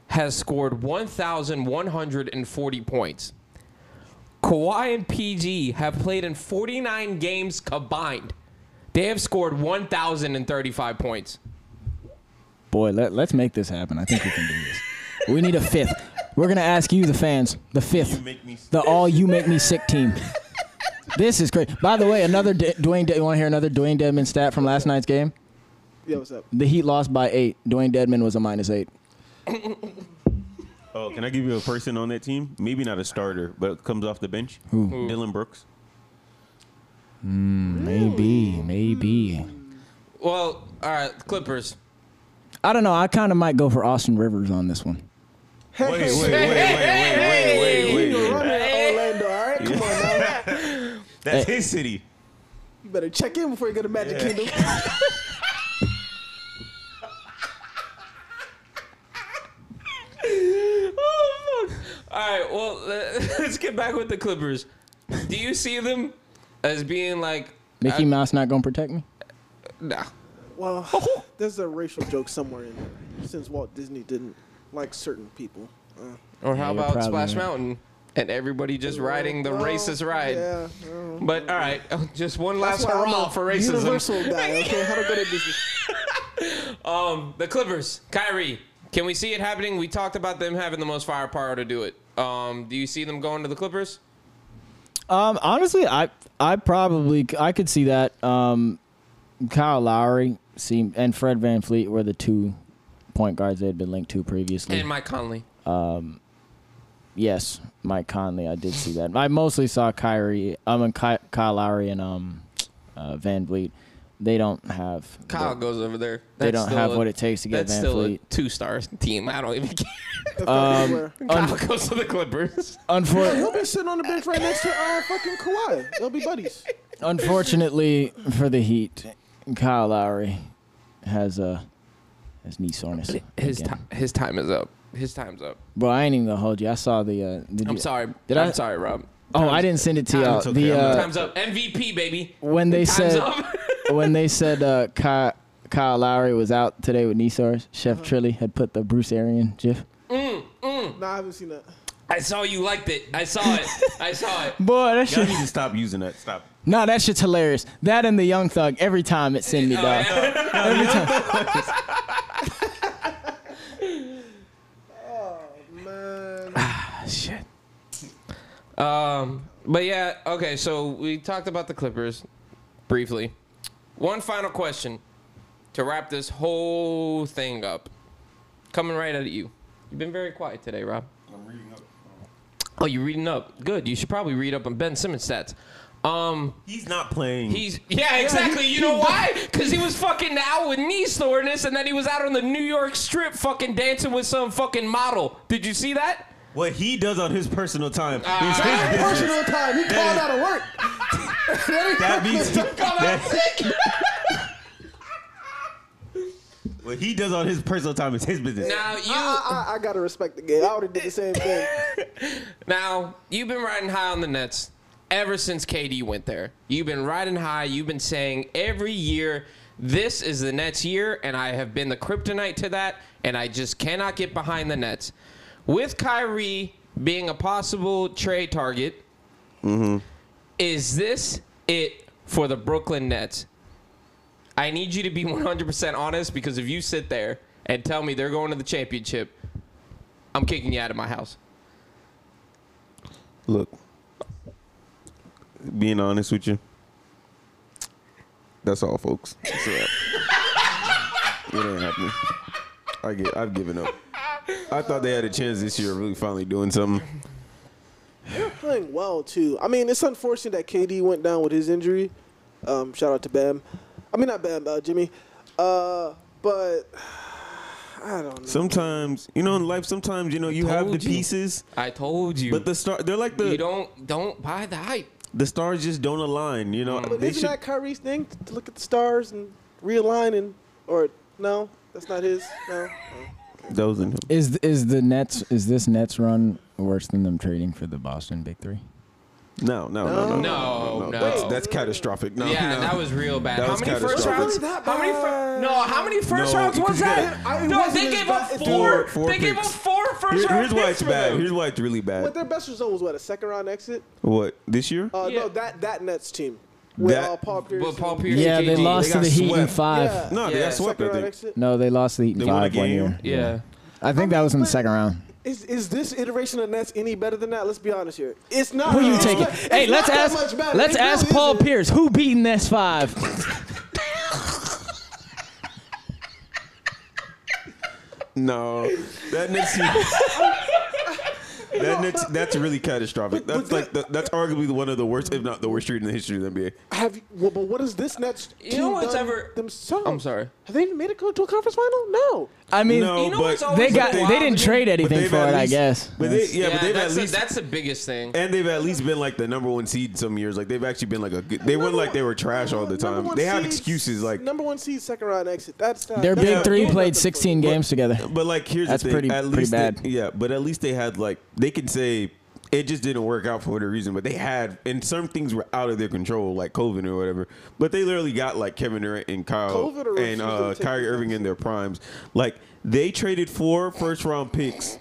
has scored 1,140 points. Kawhi and PG have played in 49 games combined. They have scored 1,035 points.
Boy, let, let's make this happen. I think we can do this. We need a fifth. We're going to ask you, the fans, the fifth.
make me
The all you make me sick team. This is great. By the way, another D- Dwayne. De- you want to hear another Dwayne Dedman stat from last night's game?
yeah, what's up?
The Heat lost by eight. Dwayne Dedman was a minus eight.
Oh, can I give you a person on that team? Maybe not a starter, but comes off the bench. Who? Dylan Brooks.
Maybe, maybe.
Well, all right, Clippers.
I don't know. I kind of might go for Austin Rivers on this one.
Hey,
Wait, wait, wait, wait, wait, wait, wait.
Orlando, all right? Come on now.
That's his city.
You better check in before you go to Magic Kingdom.
Oh, fuck. All right, well, uh, let's get back with the Clippers. Do you see them as being like,
Mickey
I-
Mouse not gonna protect me?
nah?
Well, there's a racial joke somewhere in there since Walt Disney didn't like certain people. Uh,
Or how
you're
about
probably
Splash
right.
Mountain and everybody just riding the
well,
racist ride?
Yeah. well,
But all right, just one
that's
last
why I'm
hurrah
a
for racism.
Universal guy. Okay, how to go to Disney?
The Clippers, Kyrie. Can we see it happening? We talked about them having the most firepower to do it. Um, do you see them going to the Clippers?
Um, honestly, I I probably I could see that. Um, Kyle Lowry seemed and Fred Van Fleet were the two point guards they had been linked to previously.
Mm. And Mike Conley.
yes, Mike Conley, I did see that. I mostly saw Kyrie. I mean Ky- Kyle Lowry and um, uh, Van Vliet. they don't have
Kyle goes over there.
They
That's
don't
still
have
a-
what it takes to get
That's
Van
still a
Fleet.
two star team. I don't even care.
If I could wear-
Kyle goes to the Clippers.
Unfor-
He'll be sitting on the bench right next to uh, fucking Kawhi. They'll be buddies.
unfortunately for the Heat, Kyle Lowry has uh, has knee soreness.
His
again.
time, his time is up. His time's up.
Bro, I ain't even gonna hold you. I saw the. Uh, did
I'm
you-
sorry.
Did
I'm
I-
sorry, Rob.
Oh, I didn't send it to y'all.
It's okay,
The
I'm
uh,
time's up. MVP baby.
when they
Time's
said
up.
when they said uh, Kyle, Kyle Lowry was out today with knee sores, Chef Trilly had put the Bruce Arian gif.
Nah, I haven't seen that.
I saw you liked it. I saw it. I saw it.
Boy, that
Y'all
shit.
need to stop using that. Stop.
Nah, that shit's hilarious. That and the Young Thug every time it send me
Oh,
dog. Every time.
Man.
Shit. Um, but yeah, okay, so we talked about the Clippers briefly. One final question to wrap this whole thing up. Coming right at you. You've been very quiet today, Rob. I'm reading up. Oh, you're reading up. Good. You should probably read up on Ben Simmons stats. Um,
He's not playing.
he's yeah, exactly. you know why? Because he was fucking out with knee soreness, and then he was out on the New York Strip, fucking dancing with some fucking model. Did you see that?
what he does on his personal time is his
Ah.
business.
Personal time. He called out of work.
That means
Come on,
that, what he does on his personal time is his business.
Now you
I, I, I gotta respect the game. I would have did the same thing.
now you've been riding high on the Nets ever since KD went there. You've been riding high. You've been saying every year this is the Nets year, and I have been the kryptonite to that, and I just cannot get behind the Nets. With Kyrie being a possible trade target, is this it for the Brooklyn Nets? I need you to be 100% honest because if you sit there and tell me they're going to the championship, I'm kicking you out of my house.
Look, being honest with you, that's all, folks. It's a wrap. it ain't happening. I get. I've given up. I thought they had a chance this year of really finally doing something.
playing well too. I mean, it's unfortunate that KD went down with his injury. Um, shout out to Bam. I mean, not Bam, uh, Jimmy. Uh, but I don't know.
Sometimes, you know, in life, sometimes you know you have the
Told you.
pieces,
I told you.
but the star they're like
you
the
don't don't buy the hype.
the stars just don't align. You know,
Mm.
but
they
isn't
should.
that Kyrie's thing t- to look at the stars and realign and or no? That's not his. No.
That was in him.
Is is the Nets is this Nets run worse than them trading for the Boston Big Three?
No, no, no, no,
No, no.
That's, that's catastrophic. No,
yeah,
no.
that was real bad.
That
how
was
many first
catastrophic.
rounds?
Really that
How many? Fir-
bad?
no, how many first
No,
rounds was
because you
that?
gotta- I- it
no,
wasn't
they
as
gave
bad
up
as
four.
they
were. Four
they gave up
picks.
four first
Here-
round
here's why
picks
it's
for
bad.
them.
Here's why it's really bad.
But their best result was what a second round exit.
What this year?
Uh,
Yeah.
No, that that Nets team with
That-
uh, Paul Pierce.
But Paul
and-
Pierce.
Yeah,
and
they
KD.
lost to
got
the Heat in
swept.
five.
Yeah.
no, they
Yeah,
got swept. I
Second round
think.
exit.
No, they lost to the Heat in
They won a
five one
game.
year.
Yeah.
I think that was in the second round.
Is, is this iteration of Nets any better than that? Let's be honest here. It's not.
Who you
it's
taking?
not- it's
Hey, let's
not that
ask.
much better.
Let's
It really
ask Paul
isn't.
Pierce who beat in S five.
No, that Knicks team. that Knicks, that's really catastrophic.
But-
That's
but
like the, that's arguably one of the worst, if not the worst year in the history of the NBA.
Have you, well, but what is this Nets team
know what's
done
ever-
themselves?
I'm sorry.
Have they even made it go to a conference final? No.
I mean,
No,
You know
but
what's always
they
But
got.
they-
They didn't trade
but
anything
they've
for
at
it. I
least-
guess.
But they, yeah, but they've at
that's,
least
the, that's the biggest thing.
and they've at least been like the number one seed in some years. Like they've actually been like a good. They weren't like they were trash all the
Number
time.
one
They have
seed-
excuses like.
number one seed, second round exit. That's not,
Their
that's
Big
not
Three
doing
played
nothing for
16
you.
games together.
But like here's
That's
the thing.
pretty-
at
pretty
least they-
bad.
yeah, but at least they had like they can say it just didn't work out for whatever reason. But they had and some things were out of their control, like COVID or whatever. But they literally got like Kevin Durant and Kyle
COVID or
and
refused to
uh,
take
Kyrie
the
Irving in their primes. Like they traded four first round picks.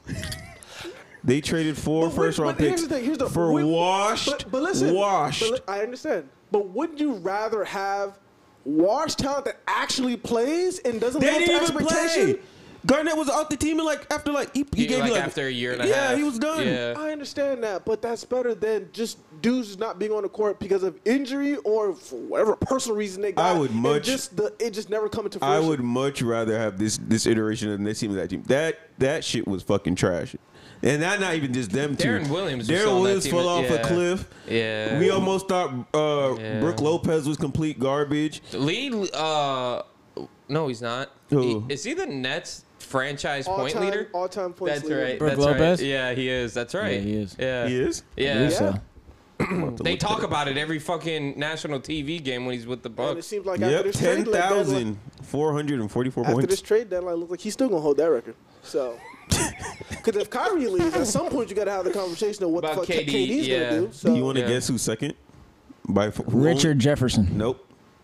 They traded four
But wait,
first round
but here's
picks
the thing, here's the-
for
wait,
washed,
But, but listen,
washed.
But, li- I understand. But wouldn't you rather have washed talent that actually plays and doesn't
They
live up to
didn't even
expectation?
play. Garnett was off the team and like after like he, he
Yeah,
gave
like
you like
after a year and a
yeah,
half.
he was done.
Yeah.
I understand that, but that's better than just dudes not being on the court because of injury or for whatever personal reason they got.
I would
and
much-
just the it just never coming to
I
fruition.
would much rather have this this iteration of this team than that team. That that shit was fucking trash. And that not even just them two.
Darren Williams was
Darren
on that
Williams
team.
fell off a
Yeah.
cliff.
Yeah.
We almost thought uh,
Yeah.
Brooke Lopez was complete garbage.
Lead. Uh, no, he's not.
Who?
He- is he the Nets franchise
all
point
time,
leader?
all time points
That's
leader.
right.
Brook
that's
Lopez?
right. Yeah, he is. That's right.
Yeah, he is.
Yeah.
He is.
I believe
Uh, Yeah.
so.
They talk about it every fucking national TV game when he's with the
And it
Bucks.
seems like after
Yep,
this trade
ten
deadline,
thousand four hundred and forty-four
after this
points.
trade deadline, look like he's still gonna hold that record. So, because if Kyrie leaves, at some point you gotta have the conversation of what
About
the fuck
KD,
KD's
yeah.
gonna do. So
Do you want to
Yeah.
guess who's second? By f- who
Richard
owned-
Jefferson.
Nope.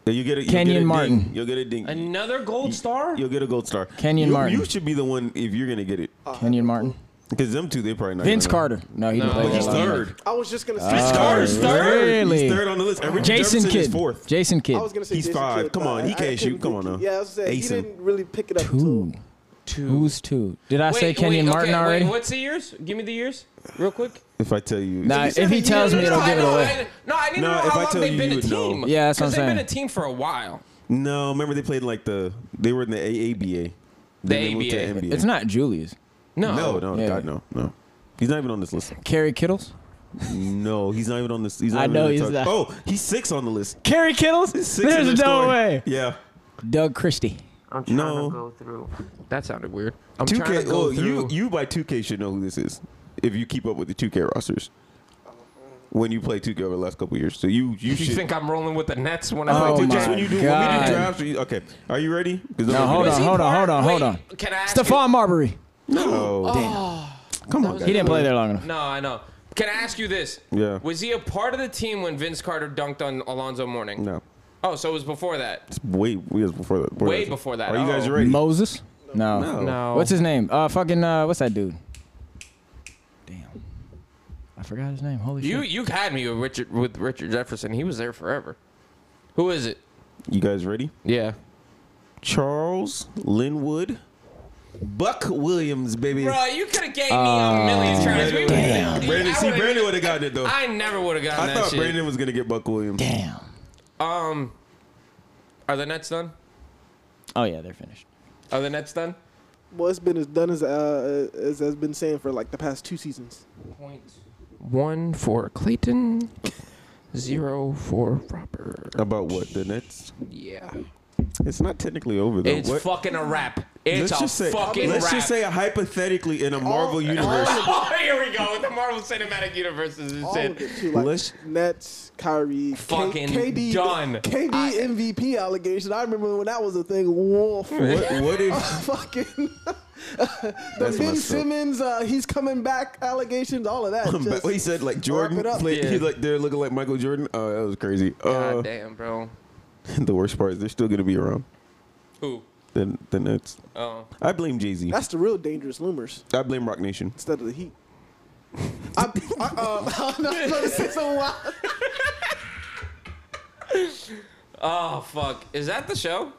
You get a, you
Kenyon
get a ding.
Martin.
You'll get a ding.
Another gold star?
You'll get a gold star.
Kenyon
you,
Martin.
You should be the one if you're gonna get it.
Kenyon Martin.
Because them two, they probably not.
Vince
gonna-
Carter. No, he didn't
No,
play
he's
that long.
Third.
I was just gonna say
Vince Carter's third.
really?
He's third on the list. And Richard
Jason
Jefferson is
Kidd.
fourth.
Jason Kidd.
I was gonna say
He's
Jason
five.
Kidd,
Come
but
on,
I-
he
I
can't
couldn't
shoot. Come
do-
on now.
Yeah, I was saying he
Ace him.
didn't really pick it up.
Two.
until-
Two. Who's two? Did I say
Wait,
Kenyon
wait,
Martin
okay,
already?
Wait, what's the years? Give me the years, real quick.
If I tell you,
Nah, if he tells me,
No,
it'll
I
give it
know,
away.
I- No, I need
No,
to know
if
how
I
long
tell
they've
you,
been
you
a
would know.
team.
Yeah, that's what I'm
'Cause They've
saying.
been a team for a while.
no. Remember they played like the they were in the AABA.
The
Then they moved to
ABA.
NBA.
It's not Julius.
No,
No, no,
Yeah.
God, no, no. He's not even on this list.
Kerry Kittles.
No, he's not even on this. He's not
I
even
know
on the
he's
top-
not.
Oh, he's six on the list.
Kerry Kittles.
He's six in their story. Yeah.
Doug Christie.
I'm
trying No. to go
through. That sounded weird. I'm
Two
trying to
K.
go
Oh,
through.
you you by two K should know who this is if you keep up with the two K rosters. When you play two K over the last couple years, so you you,
You
should.
think I'm rolling with the Nets
Uh,
when
Oh
I play
my
just when you do when we
God.
do drafts, you- okay. Are you ready? 'Cause
No,
I'm
hold
gonna
on,
he
hold on,
part-
hold on, hold
wait,
on.
can I ask you-
Stephon Marbury.
do- No, come on, guys.
Oh. He didn't play there long enough.
No, I know. Can I ask you this?
Yeah.
Was he a part of the team when Vince Carter dunked on Alonzo Mourning?
No,
Oh, so it was before that.
it's way way before that. before
Way
that.
before that.
Are you guys
Oh.
ready?
Moses. No.
No.
No.
What's his name? Uh, fucking. Uh, what's that dude? Damn. I forgot his name. Holy
You
shit.
you had me with Richard with Richard Jefferson. He was there forever. Who is it?
You guys ready?
Yeah.
Charles Linwood, Buck Williams, baby.
Bro, you could have gave me a million tries. We
damn.
would've-
Brandon,
I
see,
would've-
Brandon would have gotten it though. I,
I never would have gotten that
thought
shit.
Brandon was gonna get Buck Williams.
Damn.
Um, are the Nets done?
Oh yeah, they're finished.
Are the Nets done?
Well, it's been as done as uh, as has been saying for like the past two seasons.
Point one for Clayton, zero for Robert.
About what the Nets?
Yeah.
It's not technically over though.
It's
What-
fucking a wrap. It's
let's
a
just say,
fucking
let's
wrap.
just say hypothetically in a Marvel universe.
oh, here we go with the Marvel Cinematic Universe. This is
All
it.
of it too, like
Let's-
Nets, Kyrie, K-
Fucking
KD,
done.
KD
I-
MVP allegation. I remember when that was a thing. Wolf,
what, what
oh,
if
fucking
that's
Ben
messed up.
Simmons, uh, he's coming back allegations, all of that.
Um, but
Just,
what he said like Jordan
it up.
played,
Yeah.
he like they're looking like Michael Jordan. Oh, that was crazy.
God
Uh,
damn, bro.
the worst part is they're still gonna be around.
Who?
The the Nets.
Oh.
I blame Jay Z.
that's the real dangerous rumors
I blame Rock Nation.
instead of the Heat. I, I, uh, I'm not supposed to say so wild.
Oh, fuck. Is that the show?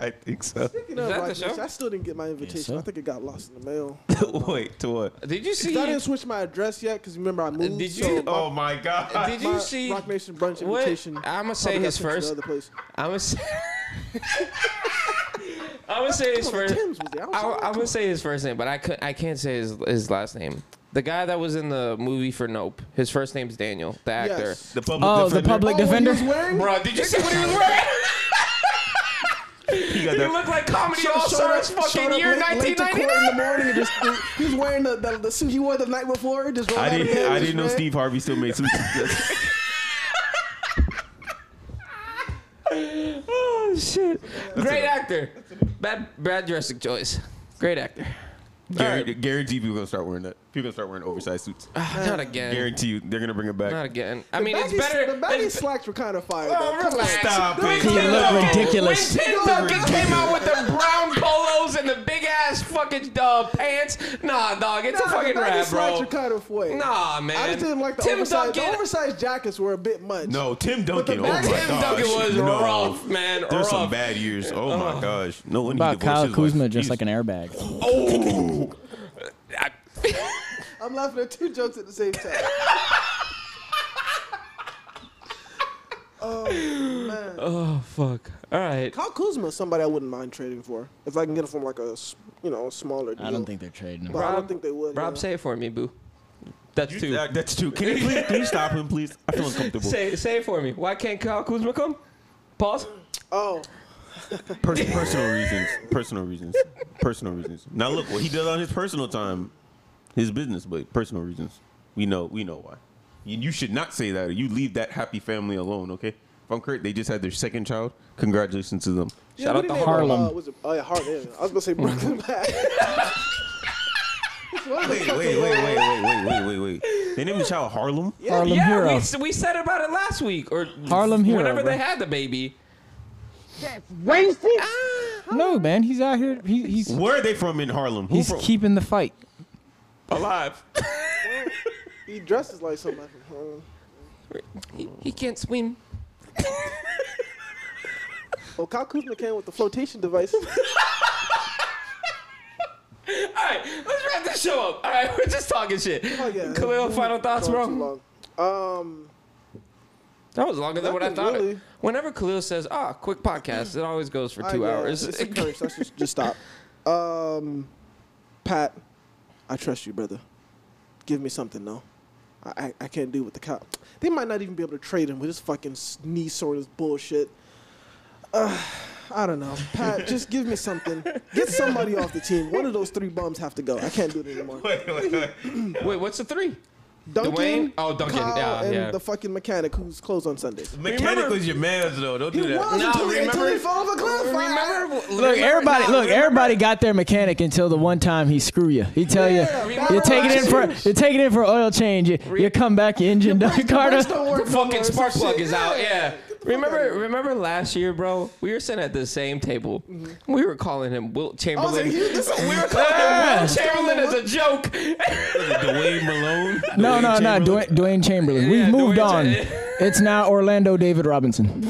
I think so.
You know,
Is that
Rock
the show?
Nation, I still didn't get my invitation.
sir.
I think it got lost in the mail.
Wait, to what?
Did you see?
I didn't switch my address yet because remember I moved.
Did
so
you? uh,
my-
Oh my god.
Did
my
you see?
Rock Nation brunch
What?
invitation?
I'ma say
probably got
his
sent to the
first.
other place.
I'm gonna say. I'm gonna say his
Come on,
first.
Tim's was there. I was
I,
like,
I'm gonna say his first name, but I could I can't say his his last name. The guy that was in the movie for Nope. His first name's Daniel, the actor.
Yes.
The public
Oh, the
defender,
public
Oh,
defender.
He was wearing?
Bro, did you see what he was wearing?
He got
He
that-
looked like comedy all
Showed up-
stars
showed
fucking
up
year
late- late to court in
1999.
the morning and just- he was wearing the, the, the suit he wore the night before. Just rolled
I
out of
didn't.
bed,
I
just
didn't know
ran.
Steve Harvey still made some. That's-
Oh shit! Great actor. Bad bad dressing choice. Great actor.
Guarantee, guarantee people gonna start wearing that. People gonna start wearing oversized suits.
Not again.
Guarantee you, they're gonna bring it back.
Not again. I mean, it's
Baggy-
better.
The baggy
it's-
slacks were kind of fire.
Oh,
though.
relax.
Stop
When
it.
Tim
looked
Duncan-
ridiculous.
When Tim Duncan came out with the brown polos and
wearing the big ass fucking uh, pants. Nah, dog, it's a fucking rap, bro.
Your cutoff way.
Nah, man.
I just didn't like the
Tim
oversized.
Duncan-
The oversized jackets were a bit much.
No, Tim Duncan. Oh my
back-
gosh.
Tim Duncan was
no.
rough, man.
There's some
rough.
bad years. Oh my gosh. No one
About Kyle Kuzma, just like an airbag.
Oh.
I'm laughing at two jokes at the same time.
Oh fuck. All right.
Kyle Kuzma is somebody I wouldn't mind trading for if I can get him from like a s- you know a smaller deal.
I don't think they're trading him.
But I don't think they would.
Rob,
yeah.
say it for me, boo. That's two.
That- that's two. Can you please, can you stop him, please? I feel uncomfortable.
Say, say it for me. Why can't Kyle Kuzma come? Pause.
Oh,
Pers- personal reasons. Personal reasons. Personal reasons. Now look what he does on his personal time, his business, but personal reasons. We know. We know why. You, you should not say that. You leave that happy family alone, okay? If I'm correct, they just had their second child. Congratulations to them.
Shout out
what
to
do you name
Harlem.
him? Uh, was it- oh yeah, Harlem. yeah. I was gonna say Brooklyn.
Wait, wait, wait, wait, wait, wait, wait, wait, wait. They named the child Harlem.
Harlem
yeah,
Hero.
We, s- we said about it last week or
Harlem Hero,
Whenever they
bro.
had the baby.
No, man, he's out here. He, he's
Where are they from in Harlem? Who
he's
from?
keeping the fight.
Alive.
he dresses like somebody. from Harlem.
He, he can't swim.
Well, Oh, Kyle Kuzma came with the flotation device. Oh,
All right, let's wrap this show up. All right, we're just talking shit.
Oh yeah.
Khalil, final thoughts,
Gone too
bro.
long. Um,
That was longer than what I
Nothing
thought. it-
really.
Whenever Khalil says, "Ah, quick podcast," it always goes for
I-
two
yeah,
hours.
It's a curse. Let's just, just stop. Um, Pat, I trust you, brother. Give me something though. I, I, I can't do with the cop. They might not even be able to trade him with his fucking s- knee soreness bullshit. Uh, I don't know. Pat, just give me something. Get somebody off the team. One of those three bums have to go. I can't do it anymore.
Wait, what's the three? Dwayne?
Duncan.
Oh, Duncan.
Kyle,
Yeah,
and
yeah.
the fucking mechanic who's closed on Sundays.
Mechanic was your man's though. Don't do
It
that.
was
No,
until, he- until
remember-
he fell off a cliff.
Remember?
Look, everybody. Look, everybody got their mechanic until the one time he screw you. He tell
Yeah,
you
remember
you're taking
when
in for
I-
you're taking in for oil change. You, you come back, your engine done
Don't
Carter.
work
The
no
fucking
more, some
spark plug
shit.
is out. Yeah.
outta
Remember,
here.
remember last year, bro? We were sitting at the same table. We were calling him Wilt
Mm-hmm. I was
Chamberlain.
like, he- this is
we were calling him Wilt Chamberlain as a joke.
Dwayne Malone.
No,
Dwayne
no, no,
Chamberlain.
Dwayne, Dwayne Chamberlain.
Yeah,
We've moved
Dwayne
on.
Cha-
it's now Orlando David Robinson.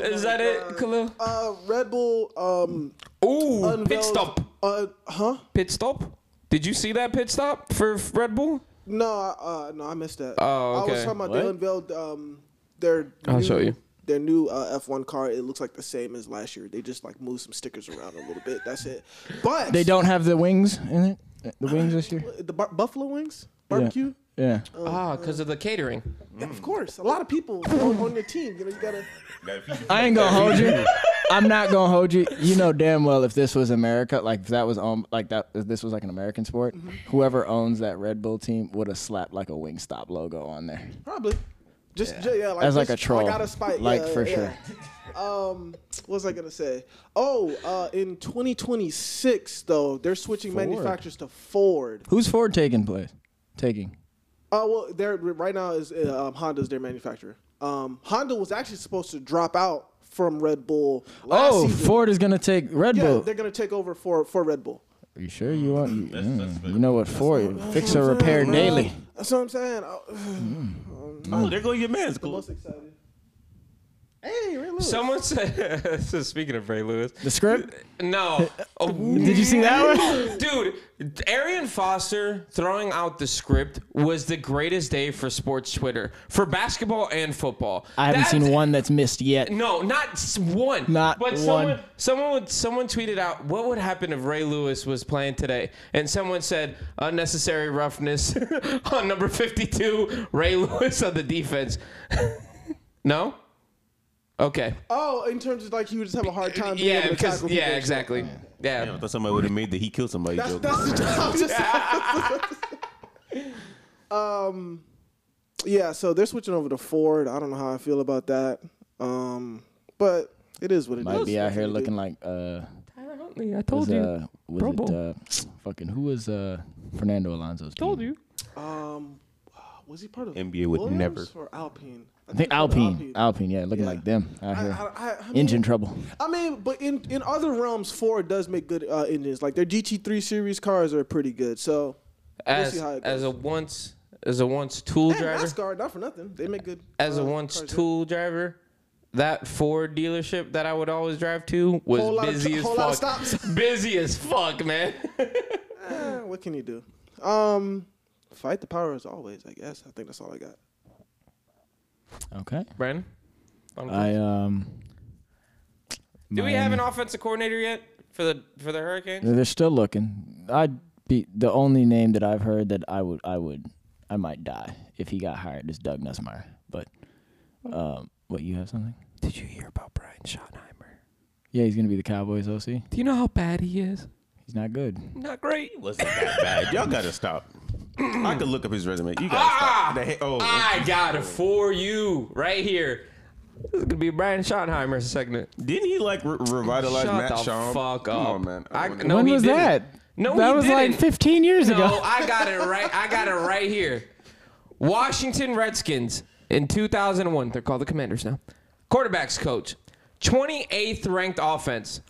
is that it, Khalil?
Oh Uh, Red Bull. Um,
Ooh,
unveiled-
pit stop.
Uh, huh?
Pit stop. Did you see that pit stop for Red Bull?
No, uh, no, I missed that.
Oh,
I
okay.
was talking about they unveiled um their.
I'll
new,
show you.
Their new uh, F1 car. It looks like the same as last year. They just like moved some stickers around a little bit. That's it. But
They don't have the wings in it. The wings this year.
the bar- buffalo wings barbecue.
Yeah.
Ah, because of the catering.
Yeah, of course. A lot of people on, on your team. You know, you gotta.
I ain't gonna hold you. I'm not gonna hold you. You know damn well if this was America, like if that was um, like that, if this was like an American sport, whoever owns that Red Bull team would have slapped like a Wingstop logo on there
Probably. Just yeah, yeah like
as like a
just-
troll,
Like out of spite.
like
yeah,
for
yeah.
sure.
Um, what was I gonna say? Oh, uh, in 2026 though, they're switching
Ford.
manufacturers to Ford.
Who's Ford taking place? Taking.
Uh, well, they're right now is uh, um, Honda's their manufacturer. Um, Honda was actually supposed to drop out from Red Bull. Last
Oh,
season.
Ford is gonna take Red
Yeah,
Bull.
they're gonna take over for for Red Bull.
Are you sure you want? You, mm, you know what Ford? Fix or repair
Bro,
daily.
That's what I'm saying. I,
Oh, there goes your man's. Cool.
most excited. Hey, Ray Lewis.
Someone said. so speaking of Ray Lewis,
The script?
no. Oh,
Did you see that one?
Dude, Arian Foster throwing out the script was the greatest day for sports Twitter, for basketball and football.
I haven't
That-
seen one that's missed yet.
No, not s- one.
Not
but
one.
Someone, someone, would, someone tweeted out, "What would happen if Ray Lewis was playing today?" And someone said, "Unnecessary roughness on number fifty-two, Ray Lewis on the defense." no. Okay.
Oh, in terms of like he would just have a hard time. Being
yeah.
able to
Because
tackle
yeah.
people.
Exactly. Yeah.
I thought somebody would have made the he killed somebody
That's
joke.
that's the job. I'm just- um, yeah. So they're switching over to Ford. I don't know how I feel about that. Um, but it is what it is.
Might be out
That's
here
what it is.
looking like uh,
Tyler Huntley, I
was,
told you.
uh, was
Pro
it
Bowl.
uh, fucking who was uh Fernando Alonso's team?
told you.
Um, was he part of
NBA would
Williams
never.
or Alpine?
I think
he was part of
Alpine, Alpine, yeah, looking
Yeah.
like them out
I-
here.
I- I- I mean-
Engine trouble.
I mean, but in in other realms, Ford does make good uh, engines. Like their GT3 series cars are pretty good. So
As
we'll see how it goes.
as a once as a once tool
and
driver,
NASCAR, not for nothing, they make good.
as a
uh,
once
cars, yeah.
tool driver, that Ford dealership that I would always drive to was
Whole lot of
busy
tr-
as
whole
fuck.
lot of stops.
busy as fuck, man.
Eh, what can you do? Um, fight the power as always. I guess I think that's all I got.
Okay.
Brandon,
I um.
do we
my-
have an offensive coordinator yet for the for the Hurricanes?
They're still looking. I'd be the only name that I've heard that I would I would I might die if he got hired is Doug Nussmeier. But um, what you have something?
Did you hear about Brian Schottenheimer?
Yeah, he's gonna be the Cowboys OC.
Do you know how bad he is?
He's not good.
Not great.
Wasn't that bad?
Mm.
Y'all gotta stop. I could look up his resume. You gotta
Ah!
stop. The ha- oh,
I got it for you right here. This is gonna be Brian Schottenheimer segment.
didn't he like re- revitalize
Shut
Matt
the
Schaub?
fuck
Come
up.
on, man.
I-
wanna-
no,
when
he
was
didn't.
that?
No,
that
he
was like
didn't.
15 years
No,
ago.
Oh, I got it right. I got it right here. Washington Redskins in 2001. They're called the Commanders now. Quarterbacks coach, 28th ranked offense.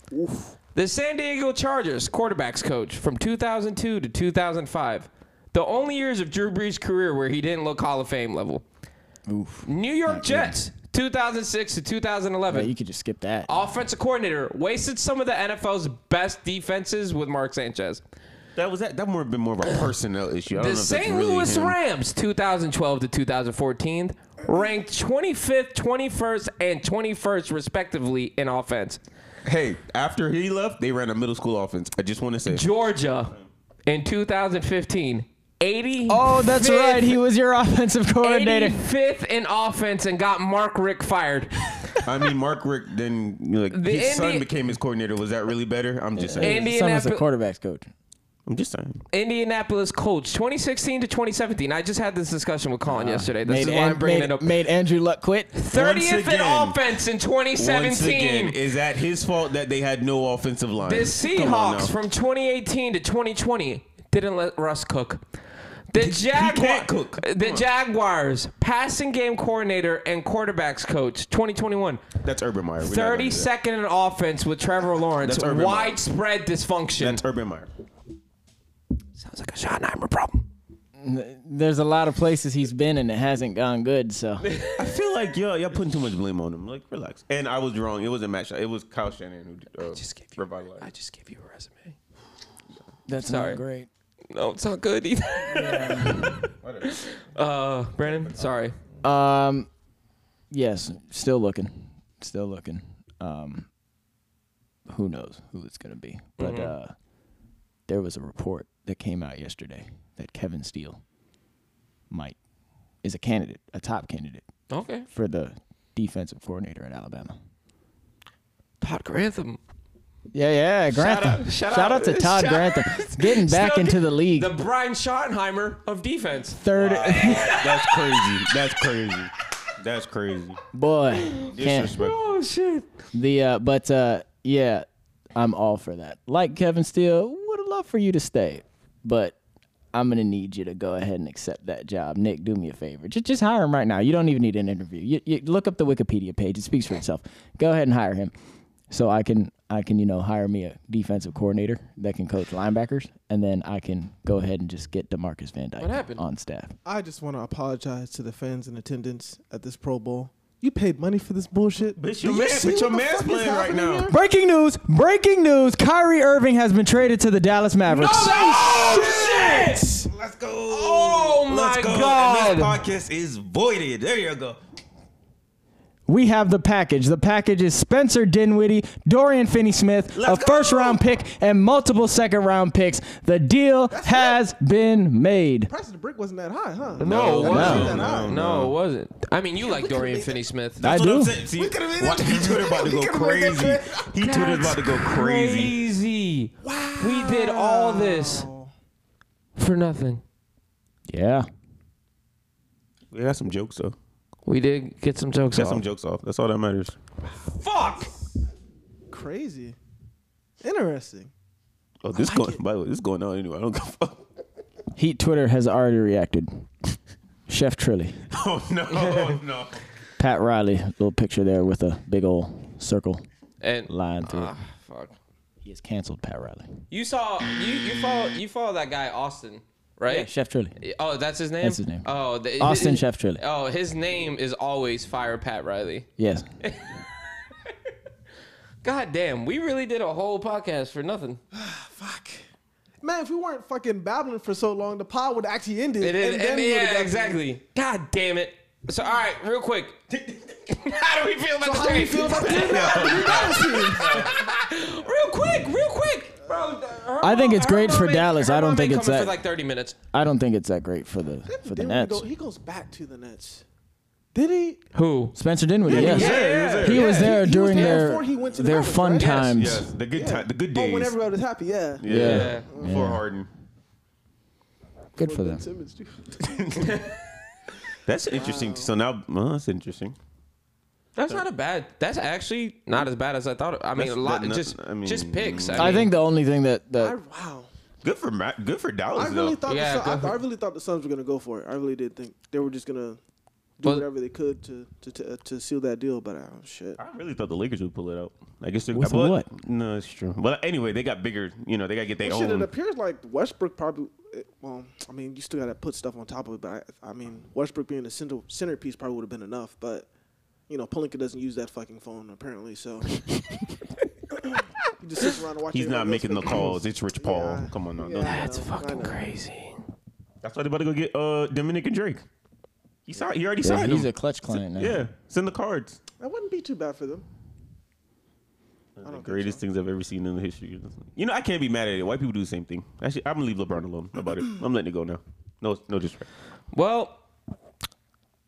The San Diego Chargers quarterbacks coach from 2002 to 2005. The only years of Drew Brees' career where he didn't look Hall of Fame level. New York Jets, 2006 to 2011.
Yeah, you could just skip that.
Offensive coordinator wasted some of the NFL's best defenses with Mark Sanchez.
that was that. That would have been more of a personnel issue. I don't
The
know if
St.
that's really
Louis
him.
Rams, 2012 to 2014, ranked 25th, 21st, and 21st respectively in offense.
Hey, after he left, they ran a middle school offense. I just want to say.
Georgia in 2015, 80.
Oh, that's right. He was your offensive coordinator.
85th in offense and got Mark Rick fired.
I mean, Mark Rick then like his
The
son
Indi-
became his coordinator. Was that really better? I'm just saying.
His son was the
Indianapolis-
quarterbacks coach.
I'm just saying.
Indianapolis Colts, 2016 to 2017. I just had this discussion with Colin yesterday. This
Made,
is why
An-
I'm bringing
made-
it up.
made Andrew Luck quit.
30th
Once again-
in offense in
Once again,
2017.
is that his fault that they had no offensive line?
The
Come on now.
Seahawks from 2018 to 2020 didn't let Russ cook. The Jaguar-
can't cook.
the Jaguars passing game coordinator and quarterbacks coach 2021
that's Urban Meyer. We're not gonna do that.
32nd in offense with Trevor Lawrence
That's Urban Meyer.
widespread dysfunction
That's Urban Meyer.
sounds like a Schottenheimer problem
There's a lot of places he's been and it hasn't gone good. So
I feel like y'all y'all putting too much blame on him. Like relax. And I was wrong. It wasn't Matt. Schaub. It was Kyle Shannon who uh,
just gave you-
revitalized.
I just give you a resume
that's
Sorry.
not great.
no it's not good either
Whatever.
uh Brandon sorry
Um, yes, still looking, still looking. Um, who knows who it's gonna be? But uh, there was a report that came out yesterday that Kevin Steele might is a candidate, a top candidate
okay
for the defensive coordinator at Alabama.
Todd Grantham
Yeah, yeah, Grantham.
out- shout
Shout
out-
to Todd
shout-
Grantham getting back
Still
into the league.
the Brian Schottenheimer of defense
Third
That's crazy. That's crazy. That's crazy.
boy, can't,
Disrespect.
oh shit
The uh, but uh, yeah, I'm all for that. Like Kevin Steele, would love for you to stay, but I'm gonna need you to go ahead and accept that job. Nick, do me a favor. Just just hire him right now. You don't even need an interview. You, you look up the Wikipedia page. It speaks for itself. Go ahead and hire him, so I can I can you know hire me a defensive coordinator that can coach linebackers, and then I can go ahead and just get Demarcus Van Dyke
What happened?
on staff.
I just want to apologize to the fans in attendance at this Pro Bowl. You paid money for this bullshit.
Bitch,
Do
your
you
man-
see
bitch, your
what the
man's
fuck is
playing right
happening
now.
here?
Breaking news! Breaking news! Kyrie Irving has been traded to the Dallas Mavericks.
oh shit
Let's go.
Oh my
And
god.
this podcast is voided. There you go.
We have the package. The package is Spencer Dinwiddie, Dorian Finney-Smith,
Let's go!
a first-round pick, and multiple second-round picks. The deal has been made.
Price of the brick wasn't that high, huh?
No, it wasn't.
no,
No, it wasn't. I mean, you like Dorian Finney-Smith.
I
That's what I'm
do.
saying. See,
We could've made
watch,
that-
he Twitter about to go
We could've made that
crazy. He Twitter's about to go crazy.
Crazy. Wow. We did all this for nothing.
Yeah.
We got some jokes though.
We did get some jokes
Got
off.
some jokes off. That's all that matters.
Fuck.
Crazy. Interesting.
Oh, this going. By the way, this going on anyway. I don't give a fuck.
Heat Twitter has already reacted. Chef Trilly,
Oh no, oh, no.
Pat Riley, little picture there with a big old circle
And
line through it.
ah, fuck.
He has canceled Pat Riley.
You saw you you follow you follow that guy Austin,
Yeah,
right?
Chef Trilly.
Oh, that's his name.
That's his name.
Oh, the,
Austin Chef Trilly.
Oh, his name is always Fire Pat Riley.
Yes.
God damn, we really did a whole podcast for nothing.
Fuck. Man, if we weren't fucking babbling for so long, the pod would actually ended.
It is,
then
and-
we would've
yeah,
gotten-
exactly. God damn it. So, all right, real quick. how do we feel about the
So how do you
trade?
feel about that?
real quick, real quick, bro. her
I think
mom-
it's
her
great for
mom ain't-
Dallas.
her
I don't
mom
think
ain't
it's
coming
that-
for like thirty minutes.
I don't think it's that great for the for the Nets.
He goes back to the Nets. Did he?
Who?
Spencer Dinwiddie,
Yeah,
yes.
he was
there, he was there.
He was
Yeah, he- he
there
was
during
there
their
before he went to the
their
Mavericks,
fun
right? Yes,
times.
Yes, the good time, the good
Oh, when
days.
everybody was happy, yeah.
yeah.
Yeah.
before Harden.
Good for them.
Simmons, too.
That's interesting. So now, well, that's interesting.
That's not a bad. That's actually not as bad as I thought. it- I mean,
That's-
a lot.
that-
just,
I mean-
just picks. I,
I
mean,
think the only thing that
I,
that
wow.
Good for Ma- good for Dallas
I really
though.
thought
Yeah,
the Suns,
go
I, I
ahead.
really thought the Suns were gonna go for it. I really did think they were just gonna do
But-
whatever they could to to to, uh, to seal that deal. But oh shit,
I really thought the Lakers would pull it out. I guess they're
With
but-
what?
No, it's true. But anyway, they got bigger. You know, they got to get their
Well, shit. It
own.
appears like Westbrook probably. it- Well, I mean, you still gotta put stuff on top of it. But I, I mean, Westbrook being the center centerpiece probably would have been enough. But you know, Polinka doesn't use that fucking phone apparently, so. He just sits around and watches
He's not
everybody else
making the
make
calls. It's Rich Paul.
Yeah.
Come on, no,
Yeah,
don't do
I
that.
know, I know.
crazy.
That's why they about to go get uh, Dominic and Drake. He saw. He already signed
he's
him.
a clutch client now.
yeah, it's in the cards.
That wouldn't be too bad for them.
The greatest things I've ever seen in the history. You know, I can't be mad at it. White people do the same thing. Actually, I'm gonna leave LeBron alone about it. I'm letting it go now. No, no disrespect.
Well,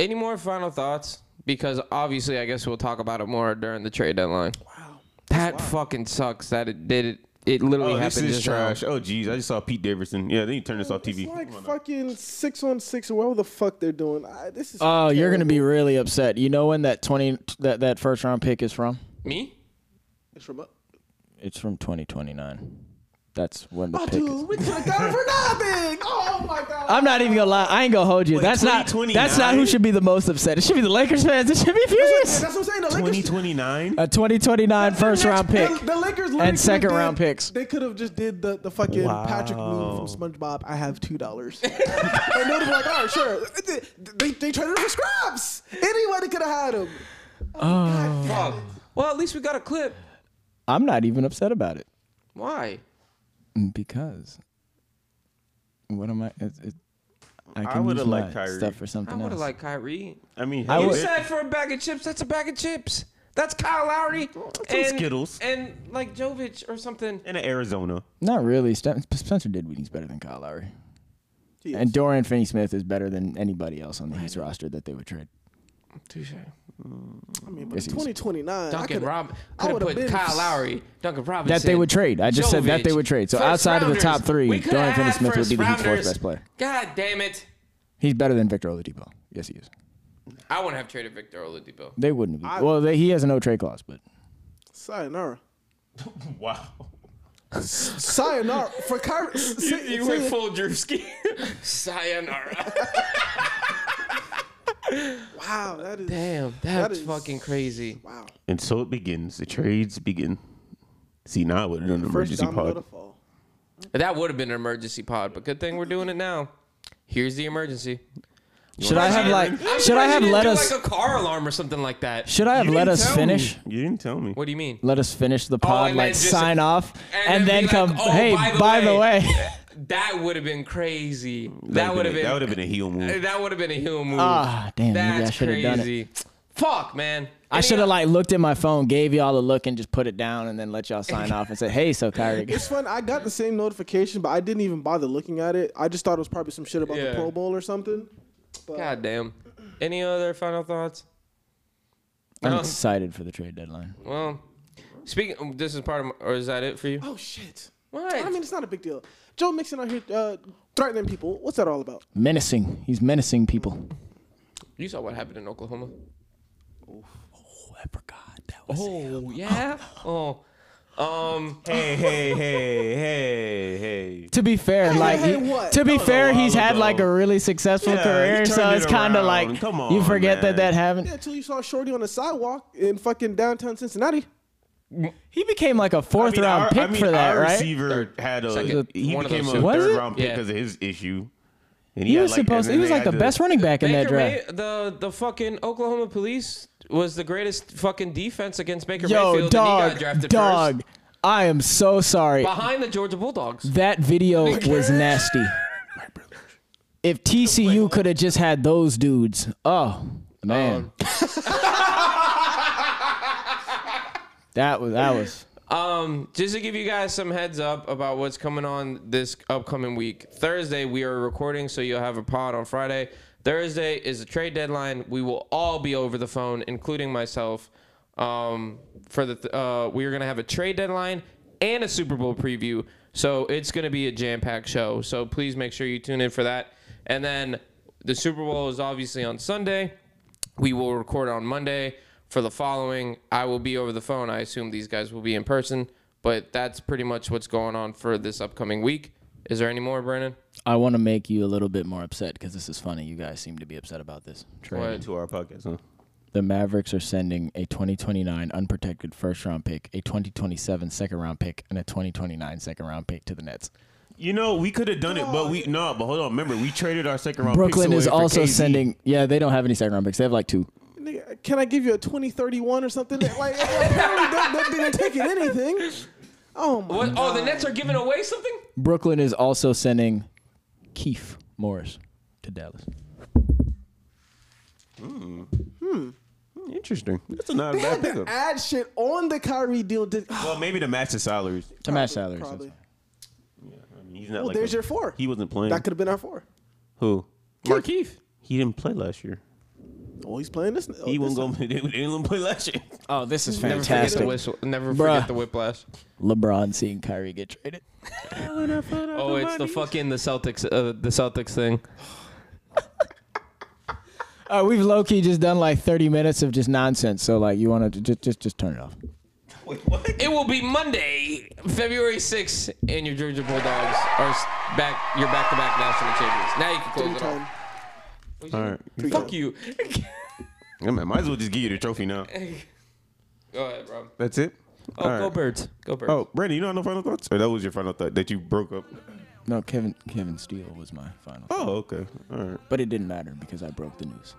any more final thoughts? Because obviously, I guess we'll talk about it more during the trade deadline.
Wow.
That fucking sucks. That it did it. It literally
Oh,
happened
this is
just now.
trash. Oh, jeez, I just saw Pete Davidson. Yeah, then you turn this off TV.
It's like fucking six on six or whatever the fuck they're doing. I, this is.
Oh, you're gonna be really upset. You know when that twenty that, that first round pick is from?
Me?
It's from up.
It's from 2029. That's when the
Oh,
pick.
dude,
Is.
we could have got it for nothing. Oh my god.
I'm not even gonna lie. I ain't gonna hold you. that's not.
2029?
That's not who should be the most upset. It should be the Lakers fans. It should be furious.
That's what I'm saying. The Lakers.
2029.
A 2029 first
the
round
next-
pick.
The, the Lakers literally
And second
could've
round
did-
picks.
They could have just did the, the fucking Patrick move from SpongeBob. I have two dollars. and they'd be like, all right, sure. They, they, they traded him for scraps. Anybody could have had him.
Fuck. Well, at least we got a clip.
I'm not even upset about it
Why?
because what am I? It, it, I
I
can
would've
use my
liked Kyrie.
stuff for
I
something
would
else.
have liked Kyrie.
I mean,
I
hey,
You
would-
they're-
said for a bag of chips. That's a bag of chips. That's Kyle Lowry
some
and
Skittles.
and like Jovic or something.
in Arizona.
Not really. Stem- Spencer Dinwiddie's better than Kyle Lowry,
He
and Dorian Finney-Smith is better than anybody else on the Heat's roster that they would trade.
I mean, but
Yes, he is.
2029. I
Duncan
could've-
Rob
I
could have
would've
put
been-
Kyle Lowry, Duncan Robinson.
That they would trade. I just said that they would trade. So
First
outside of the
rounders.
top three,
We could've
Dorian
had
Finney-Smith would be the Heat's
first
fourth
rounders.
best player.
God damn it!
He's better than Victor Oladipo. Yes, he is.
I wouldn't have traded Victor Oladipo.
They wouldn't. Have, well, they, he has a no trade clause, but
Sayonara.
Wow.
Sayonara. For Kyrie. s-
You,
say-
you
say
went
it.
full Drewski. Sayonara.
Wow, that is.
Damn,
That
that's
is-
fucking crazy.
Wow.
And so it begins. The trades begin. See, now I would have done an
First
emergency
domino
pod.
to fall.
That would have been an emergency pod, but good thing we're doing it now. Here's the emergency.
should I have like? Should I have let us?
like a car alarm or something like that?
Should I have
You
let
didn't
us
tell
finish?
me. You didn't tell me.
What do you mean?
Let us finish the pod,
Oh, and
like
then just-
sign off, and,
and then
then,
be like,
come.
"Oh,
hey, by the, way,
That would have been crazy.
That
That would have been.
that would have been a heel move.
That would have been a heel move.
Uh,
ah, damn, maybe I
That's
should have done it.
crazy. Fuck, man.
I
uh,
should have like looked at my phone, gave y'all a look, and just put it down, and then let y'all sign off and say, "Hey, so Kyrie."
It's fun. I got the same notification, but I didn't even bother looking at it. I just thought it was probably some shit about
Yeah.
the Pro Bowl or something.
God damn. Any other final thoughts?
I'm
No.
excited for the trade deadline.
Well, speaking.
um,
This is part of. My, or is that it for you?
Oh shit!
What?
I mean, it's not a big deal. Joe Mixon out here uh, threatening people. What's that all about?
Menacing. He's menacing people.
you saw what happened in Oklahoma.
Oh, I forgot that was.
Oh yeah. Oh. Um.
Hey, hey, hey, hey, hey. crazy.
To be fair,
Hey,
like
hey,
he-
what?
to
That
be
was a
fair, he's
while
had
ago.
like a really successful
Yeah, he
career, so
turned
it's
it
kind of like
around. Come
you
on,
forget
man.
that that happened.
Yeah, until you saw Shorty on the sidewalk in fucking downtown Cincinnati.
He became like a
I
fourth
mean,
round
our-
pick
I mean,
for that,
our
right?
receiver had a
Second.
he
One of
became
those
a
two.
Was it?
third round pick
Yeah.
because of his issue. And
He
had,
was
like- and
supposed.
then
He was
they
like the
had
best running back in that
Baker
draft.
May- the the fucking Oklahoma police was the greatest fucking defense against Baker
Yo,
Mayfield, and he got
dog,
drafted
dog.
first
I am so sorry.
behind the Georgia Bulldogs.
That video was nasty. If TCU could have just had those dudes, oh man, that was that was.
Um, just to give you guys some heads up about what's coming on this upcoming week. Thursday we are recording, so you'll have a pod on Friday. Thursday is the trade deadline. We will all be over the phone, including myself. Um, for the th- uh, we are gonna have a trade deadline and a Super Bowl preview, so it's gonna be a jam-packed show. So please make sure you tune in for that. And then the Super Bowl is obviously on Sunday. We will record on Monday for the following. I will be over the phone. I assume these guys will be in person, but that's pretty much what's going on for this upcoming week. Is there any more, Brennan?
I want to make you a little bit more upset because this is funny. You guys seem to be upset about this trade.
What?
To our podcast, huh?
The Mavericks are sending a 2029 unprotected first round pick, a 2027 second round pick, and a 2029 second round pick to the Nets.
You know, we could have done it, but we no. But hold on, remember we traded our second round.
Brooklyn
picks
is
away for
also
KZ.
sending. Yeah, they don't have any second round picks. They have like two.
Nigga, Can I give you a 2031 or something? Like, apparently that, that didn't take it anything. Oh my
What? Oh, the Nets are giving away something?
Brooklyn is also sending Keith Morris to Dallas.
Interesting. That's not a
They
bad
had to
pickup.
add shit on the Kyrie deal. Did,
Well, maybe to match the salaries.
To match salaries.
Probably.
I mean, he's not
Well,
like
oh, there's
a-
your four.
He wasn't playing.
That could have been our four.
Who?
Markeith.
He didn't play last year.
Oh, he's playing this. Oh,
He
this
won't go. They didn't play last year.
Oh, this is
Never forget the
fantastic.
whistle. Never
Bruh.
forget the whiplash.
LeBron seeing Kyrie get traded.
Oh, it's the fucking the Celtics uh, the Celtics thing.
Uh, we've low key just done like 30 minutes of just nonsense. So like, you want to just just just turn it off.
It will be Monday, February 6th, and your Georgia Bulldogs are s- back. Your back-to-back national champions. Now you can close it
time.
off.
All right.
Fuck you.
I mean, might as well just give you the trophy now.
go ahead, Rob.
That's it.
Oh,
All
go
right.
birds. Go birds.
Oh, Brandon, you don't have no final thoughts? Or that was your final thought that you broke up?
No, Kevin Kevin Steele was my final,
Oh, okay. All right.
but it didn't matter because I broke the news.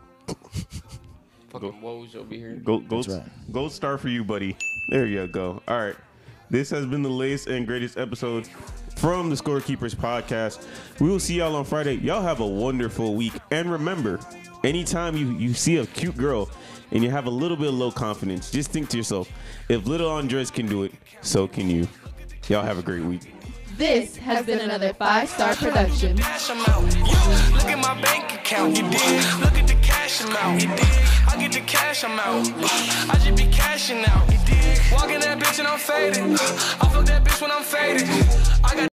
Fucking woes over here.
Gold, gold,
That's right.
gold star for you, buddy. There you go. All right. This has been the latest and greatest episode from the Scorekeepers podcast. We will see y'all on Friday. Y'all have a wonderful week. And remember, anytime you, you see a cute girl and you have a little bit of low confidence, just think to yourself, if little Andres can do it, so can you. Y'all have a great week.
This has been another five star production.
cash amount. Yo, look at my bank account. You did. Look at the cash amount. You did. I get the cash amount. I should be cashing out. You dig? Walking that bitch and I'm faded. I fuck that bitch when I'm faded. I got